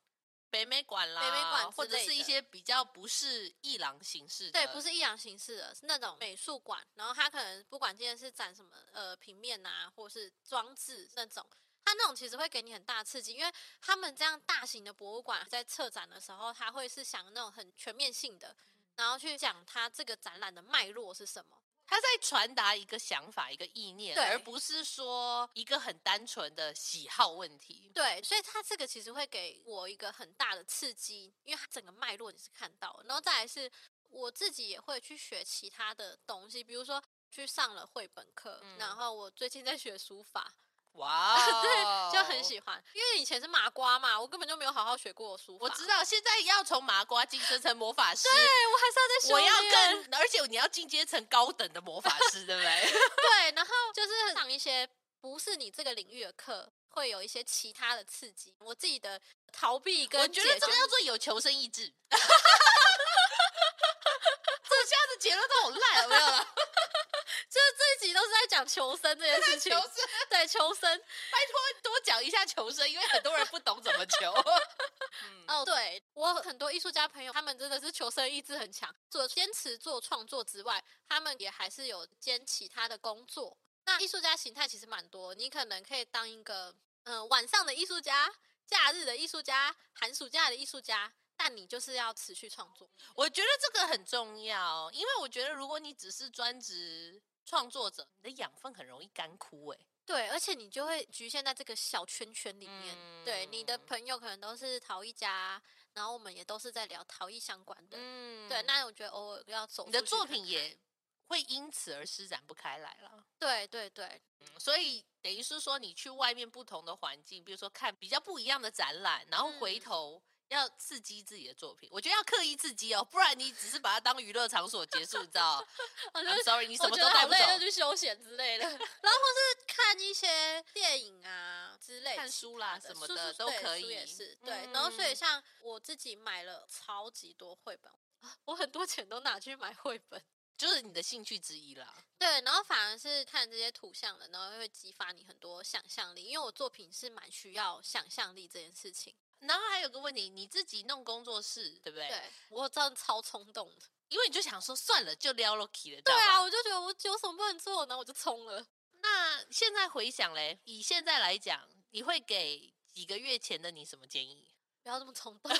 Speaker 1: 北美馆啦，
Speaker 2: 北美馆
Speaker 1: 或
Speaker 2: 之
Speaker 1: 者
Speaker 2: 类
Speaker 1: 是一
Speaker 2: 的
Speaker 1: 些比较不是一郎形式的，
Speaker 2: 对，不是一样形式的，是那种美术馆，然后它可能不管今天是展什么呃平面啊，或是装置那种，它那种其实会给你很大刺激，因为他们这样大型的博物馆在策展的时候，它会是想那种很全面性的，然后去讲它这个展览的脉络是什么。
Speaker 1: 他在传达一个想法、一个意念，
Speaker 2: 对
Speaker 1: 而不是说一个很单纯的喜好问题。
Speaker 2: 对，所以它这个其实会给我一个很大的刺激，因为它整个脉络你是看到的，然后再来是我自己也会去学其他的东西，比如说去上了绘本课，
Speaker 1: 嗯
Speaker 2: 然后我最近在学书法，
Speaker 1: 哇哦，
Speaker 2: 对，就很喜欢，因为以前是麻瓜嘛，我根本就没有好好学过书法，
Speaker 1: 我知道现在要从麻瓜晋升成魔法师，
Speaker 2: 哦对啊我还是
Speaker 1: 我
Speaker 2: 要再修
Speaker 1: 要
Speaker 2: 炼
Speaker 1: 更，而且你要进阶成高等的魔法师，对不对？
Speaker 2: 对，然后就是上一些不是你这个领域的课，会有一些其他的刺激，我自己的逃避 跟
Speaker 1: 我觉得这
Speaker 2: 解决
Speaker 1: 个叫做有求生意志。 这下子结论都好烂，有没有啦？
Speaker 2: 就是这一集都是在讲 求生这件事
Speaker 1: 求
Speaker 2: 情，
Speaker 1: 生，
Speaker 2: 对求生。
Speaker 1: 多讲一下求生，因为很多人不懂怎么求。 嗯
Speaker 2: 哦，对我很多艺术家朋友，他们真的是求生意志很强，除了坚持做创作之外，他们也还是有兼其他的工作。那艺术家形态其实蛮多，你可能可以当一个嗯、呃晚上的艺术家、假日的艺术家、寒暑假的艺术家，但你就是要持续创作。
Speaker 1: 我觉得这个很重要，因为我觉得如果你只是专职创作者，你的养分很容易干枯、欸。
Speaker 2: 对，而且你就会局限在这个小圈圈里面。对，你的
Speaker 1: 嗯
Speaker 2: 朋友可能都是陶艺家，然后我们也都是在聊陶艺相关的。
Speaker 1: 嗯
Speaker 2: 对，那我觉得偶尔要走
Speaker 1: 你的
Speaker 2: 出去
Speaker 1: 作
Speaker 2: 嗯看
Speaker 1: 品
Speaker 2: 看
Speaker 1: 也会因此而施展不开来了。
Speaker 2: 对对对，
Speaker 1: 嗯所以等于是说，你去外面不同的环境，比如说看比较不一样的展览，然后回
Speaker 2: 嗯
Speaker 1: 头要刺激自己的作品。我觉得要刻意刺激哦，不然你只是把它当娱乐场所结束，你知 道
Speaker 2: 我就
Speaker 1: ？I'm sorry，你
Speaker 2: 你
Speaker 1: 什么都带不走。
Speaker 2: 啊就去休闲之类 的，然后或是看一些电影啊之类的，
Speaker 1: 看书啦
Speaker 2: 其他的
Speaker 1: 什么
Speaker 2: 书
Speaker 1: 的
Speaker 2: 书
Speaker 1: 都
Speaker 2: 对
Speaker 1: 可
Speaker 2: 书也
Speaker 1: 以
Speaker 2: 是对。然后所以
Speaker 1: 嗯
Speaker 2: 像我自己买了超级多绘本，啊我很多钱都拿去买绘本。
Speaker 1: 就是你的兴趣之一啦。
Speaker 2: 对，然后反而是看这些图像的，然后会激发你很多想象力，因为我作品是蛮需要想象力这件事情。
Speaker 1: 然后还有个问题，你自己弄工作室，对不对？
Speaker 2: 对我真的超冲动的，
Speaker 1: 因为你就想说算了，就撩 Loki 了。
Speaker 2: 对啊，
Speaker 1: 啊。
Speaker 2: 我就觉得我有什么不能做呢，我就冲了。
Speaker 1: 那现在回想嘞，以现在来讲，你会给几个月前的你什么建议？
Speaker 2: 不要这么冲动。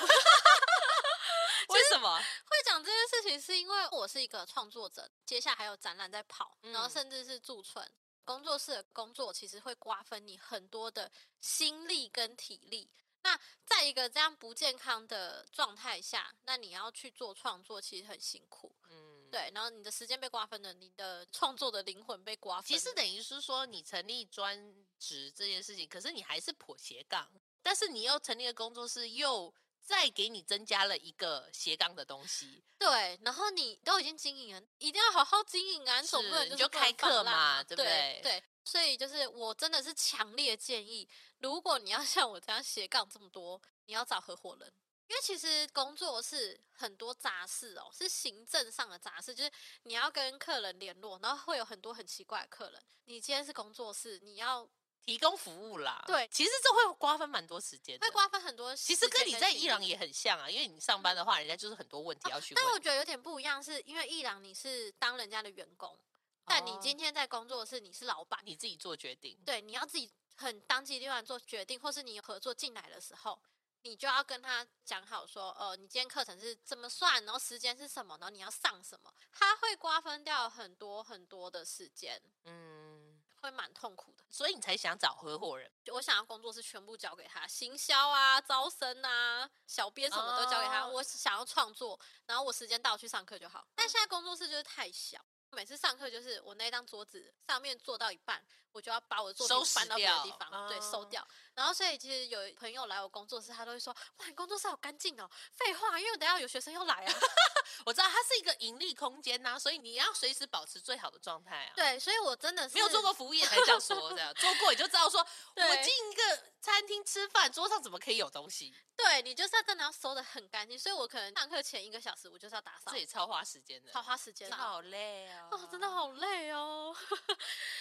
Speaker 1: 为什么？
Speaker 2: 会讲这件事情，是因为我是一个创作者，接下来还有展览在跑，
Speaker 1: 嗯
Speaker 2: 然后甚至是驻村工作室的工作，其实会瓜分你很多的心力跟体力。那在一个这样不健康的状态下，那你要去做创作，其实很辛苦。
Speaker 1: 嗯，
Speaker 2: 对，然后你的时间被瓜分了，你的创作的灵魂被瓜分
Speaker 1: 其
Speaker 2: 了。
Speaker 1: 实等于是说，你成立专职这件事情，可是你还是颇斜杠，但是你又成立了工作室，又再给你增加了一个斜杠的东西，
Speaker 2: 对，然后你都已经经营了，一定要好好经营啊！你总不能
Speaker 1: 是
Speaker 2: 就
Speaker 1: 你就是
Speaker 2: 不能
Speaker 1: 开
Speaker 2: 放
Speaker 1: 课
Speaker 2: 烂
Speaker 1: 嘛
Speaker 2: 啊
Speaker 1: 对
Speaker 2: 对
Speaker 1: 不对
Speaker 2: 对？所以就是我真的是强烈建议，如果你要像我这样斜杠这么多，你要找合伙人，因为因为其实工作是很多杂事哦，是行政上的杂事，就是你要跟客人联络，然后会有很多很奇怪的客人。你今天是工作室，你要
Speaker 1: 提供服务啦。
Speaker 2: 对
Speaker 1: 其实这会瓜分蛮多时间的，
Speaker 2: 会瓜分很多时
Speaker 1: 其
Speaker 2: 间
Speaker 1: 实
Speaker 2: 精力。
Speaker 1: 跟你在伊朗也很像啊，因为你上班的话，人家就是很多问题要去
Speaker 2: 但
Speaker 1: 问。
Speaker 2: 哦我觉得有点不一样，是因为伊朗你是当人家的员工，但你
Speaker 1: 哦
Speaker 2: 今天在工作室你是老板，
Speaker 1: 你自己做决定，
Speaker 2: 对，你要自己很当机立断做决定，或是你有合作进来的时候，你就要跟他讲好说，呃，你今天课程是怎么算，然后时间是什么，然后你要上什么，他会瓜分掉很多很多的时间，
Speaker 1: 嗯，
Speaker 2: 会蛮痛苦的。
Speaker 1: 所以你才想找合伙人。
Speaker 2: 就我想要工作是全部交给他，行销啊、招生啊、小编什么都交给他。
Speaker 1: 哦
Speaker 2: 我想要创作，然后我时间到去上课就好。但现在工作室就是太小。每次上课就是我那张桌子上面坐到一半，我就要把我的作
Speaker 1: 收
Speaker 2: 品
Speaker 1: 拾
Speaker 2: 搬到别的地
Speaker 1: 掉
Speaker 2: 方，对，收
Speaker 1: 哦
Speaker 2: 掉。然后所以其实有朋友来我工作室，他都会说：“哇，你工作室好干净哦！”废话，因为等一下有学生要来啊。
Speaker 1: 我知道它是一个盈利空间呐、所以你要随时保持最好的状态啊。，
Speaker 2: 对，所以我真的是
Speaker 1: 没有做过服务业才这样说的，啊做过你就知道说，
Speaker 2: 对
Speaker 1: 我进一个餐厅吃饭，桌上怎么可以有东西？
Speaker 2: 对你就是要真的要收的很干净。所以我可能上课前一个小时我就是要打扫
Speaker 1: 这，也超花时间的，
Speaker 2: 超花时间的。
Speaker 1: 好累哦，
Speaker 2: 哦，真的好累哦。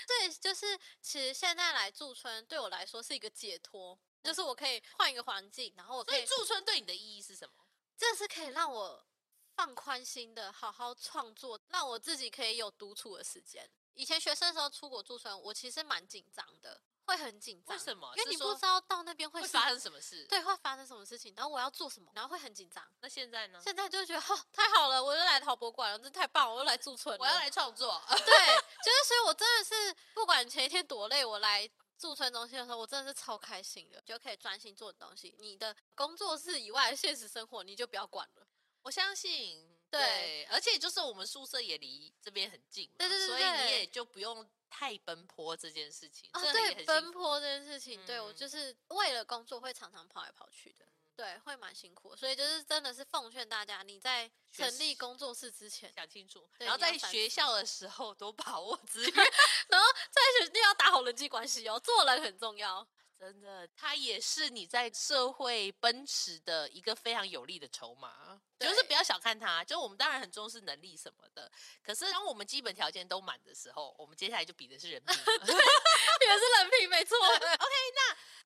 Speaker 2: 对，就是其实现在来驻村对我来说是一个解脱，就是我可以换一个环境，然后我
Speaker 1: 嗯所
Speaker 2: 可
Speaker 1: 以
Speaker 2: 以，
Speaker 1: 驻村对你的意义是什么？
Speaker 2: 这是可以让我放宽心的，好好创作，让我自己可以有独处的时间。以前学生的时候出国驻村，我其实蛮紧张的，会很紧张。
Speaker 1: 为什么啊
Speaker 2: 因
Speaker 1: 是
Speaker 2: 为你不
Speaker 1: 说
Speaker 2: 知道到那边会
Speaker 1: 会
Speaker 2: 是
Speaker 1: 发生什么事？，
Speaker 2: 对会发生什么事情，然后我要做什么，然后会很紧张。
Speaker 1: 那现在呢？
Speaker 2: 现在就觉得哦，太好了，我又来陶博馆了，真太棒了，我又来驻村了，
Speaker 1: 我要来创作，
Speaker 2: 对，就是所以，我真的是不管前一天多累，我来驻村中心的时候，我真的是超开心的，就可以专心做你的东西。你的工作室以外的现实生活，你就不要管了。
Speaker 1: 我相信。
Speaker 2: 对
Speaker 1: 对，而且就是我们宿舍也离这边很近嘛，
Speaker 2: 对对对
Speaker 1: 所以你
Speaker 2: 对
Speaker 1: 也就不用太奔波这件事情，
Speaker 2: 哦，
Speaker 1: 这也很
Speaker 2: 对，
Speaker 1: 幸
Speaker 2: 奔
Speaker 1: 福
Speaker 2: 波这件事情，对我
Speaker 1: 嗯
Speaker 2: 就是为了工作会常常跑来跑去的，对，会蛮辛苦的。所以就是真的是奉劝大家，你在
Speaker 1: 学
Speaker 2: 成立
Speaker 1: 习
Speaker 2: 工作室之前，
Speaker 1: 想清楚，
Speaker 2: 对
Speaker 1: 然后
Speaker 2: 你要
Speaker 1: 在
Speaker 2: 反
Speaker 1: 学
Speaker 2: 思
Speaker 1: 校的时候多把握资 源。
Speaker 2: 然后在学定要打好人际关系哦，做人很重 要。
Speaker 1: 真的，它也是你在社会奔驰的一个非常有力的筹码。就是
Speaker 2: 对
Speaker 1: 不要小看它，就我们当然很重视能力什么的，可是当我们基本条件都满的时候，我们接下来就比的是人品了。
Speaker 2: 你们是人品没 错，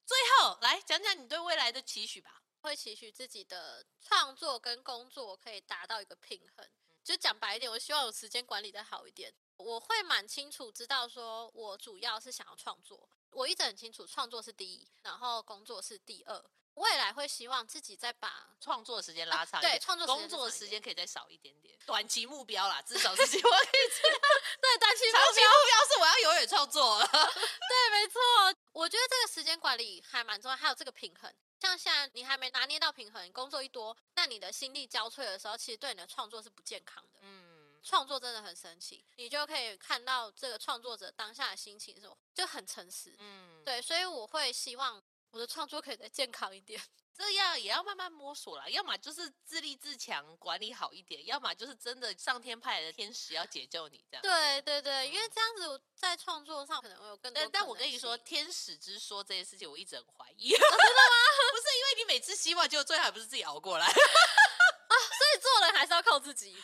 Speaker 1: 最后来讲讲你对未来的期许吧。
Speaker 2: 会期许自己的创作跟工作可以达到一个平衡。
Speaker 1: 嗯
Speaker 2: 就讲白一点，我希望有时间管理的好一点。我会蛮清楚知道，说我主要是想要创作，我一直很清楚创作是第一，然后工作是第二。未来会希望自己 再把
Speaker 1: 创作时间
Speaker 2: 啊
Speaker 1: 拉长一
Speaker 2: 对
Speaker 1: 点、
Speaker 2: 创作时
Speaker 1: 工
Speaker 2: 间再
Speaker 1: 作
Speaker 2: 长一
Speaker 1: 时
Speaker 2: 点
Speaker 1: 间可以再少一点点，短期目标啦，至少是希望 可以
Speaker 2: 对担心
Speaker 1: 长期目标是我要永远创作了。
Speaker 2: 对，没错，我觉得这个时间管理还蛮重要，还有这个平衡。像现在你还没拿捏到平衡，工作一多，那你的心力交瘁的时候，其实对你的创作是不健康的。
Speaker 1: 嗯，
Speaker 2: 创作真的很神奇，你就可以看到这个创作者当下的心情是什么，就很诚实。
Speaker 1: 嗯，
Speaker 2: 对，所以我会希望我的创作可以再健康一点。
Speaker 1: 这样也要慢慢摸索啦，要么就是自立自强，管理好一点；要么就是真的上天派来的天使要解救你这样。
Speaker 2: 对。对对，因为这样子我在创作上可能会有更
Speaker 1: 但
Speaker 2: 多可能性。哦
Speaker 1: 但我跟你说，天使之说这件事情，我一直很怀疑。真的吗？ 不是因为你每次希望，结果最后还不是自己熬过来。
Speaker 2: 所以做人还是要靠自己。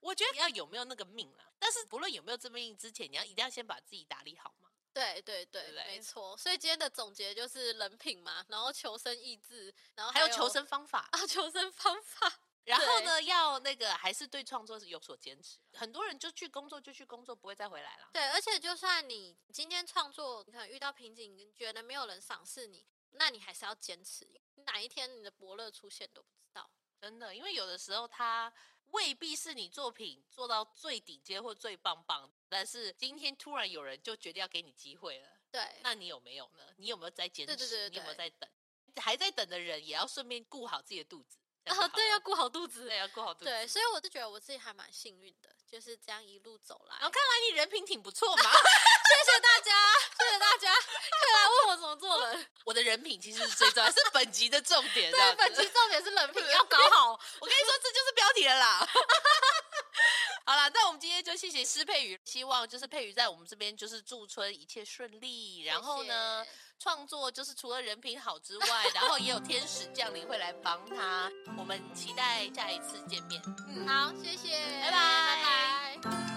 Speaker 1: 我觉得要有没有那个命啦，但是不论有没有这命之前，你要一定要先把自己打理好嘛。
Speaker 2: 对对对，
Speaker 1: 对不对
Speaker 2: 没错。所以今天的总结就是人品嘛，然后求生意志，然后
Speaker 1: 还
Speaker 2: 哦有
Speaker 1: 有求生方法，
Speaker 2: 啊，求生方法。
Speaker 1: 然后呢，要那个还是对创作是有所坚持。很多人就去工作就去工作，不会再回来了。
Speaker 2: 对，而且就算你今天创作，你可能遇到瓶颈，你觉得没有人赏识你，那你还是要坚持。哪一天你的伯乐出现都不知道。
Speaker 1: 真的，因为有的时候它未必是你作品做到最顶尖或最棒棒，但是今天突然有人就决定要给你机会了，
Speaker 2: 对，
Speaker 1: 那你有没有呢？你有没有在坚持？
Speaker 2: 对对对
Speaker 1: 你有没有
Speaker 2: 对
Speaker 1: 在等？还在等的人，也要顺便顾好自己的肚子。这样就
Speaker 2: 啊，
Speaker 1: 好
Speaker 2: 对，
Speaker 1: 了
Speaker 2: 要顾好肚子。
Speaker 1: 对，要顾好肚子。
Speaker 2: 对，所以我就觉得我自己还蛮幸运的，就是这样一路走来。
Speaker 1: 然后看来你人品挺不错嘛。
Speaker 2: 谢谢大家，谢谢大家，快来问我怎么做人。
Speaker 1: 我的人品其实是最重要，是本集的重点。 这
Speaker 2: 对，
Speaker 1: 样
Speaker 2: 本
Speaker 1: 子
Speaker 2: 期重点是人品要搞好。
Speaker 1: 我跟你说，这就是标题了啦。好啦，那我们今天就谢谢施佩瑜，希望就是佩瑜在我们这边就是驻村一切顺利，然后呢，
Speaker 2: 谢谢
Speaker 1: 创作就是除了人品好之外，然后也有天使降临会来帮他，我们期待下一次见面。嗯，
Speaker 2: 好，谢谢，
Speaker 1: 拜拜
Speaker 2: 拜拜。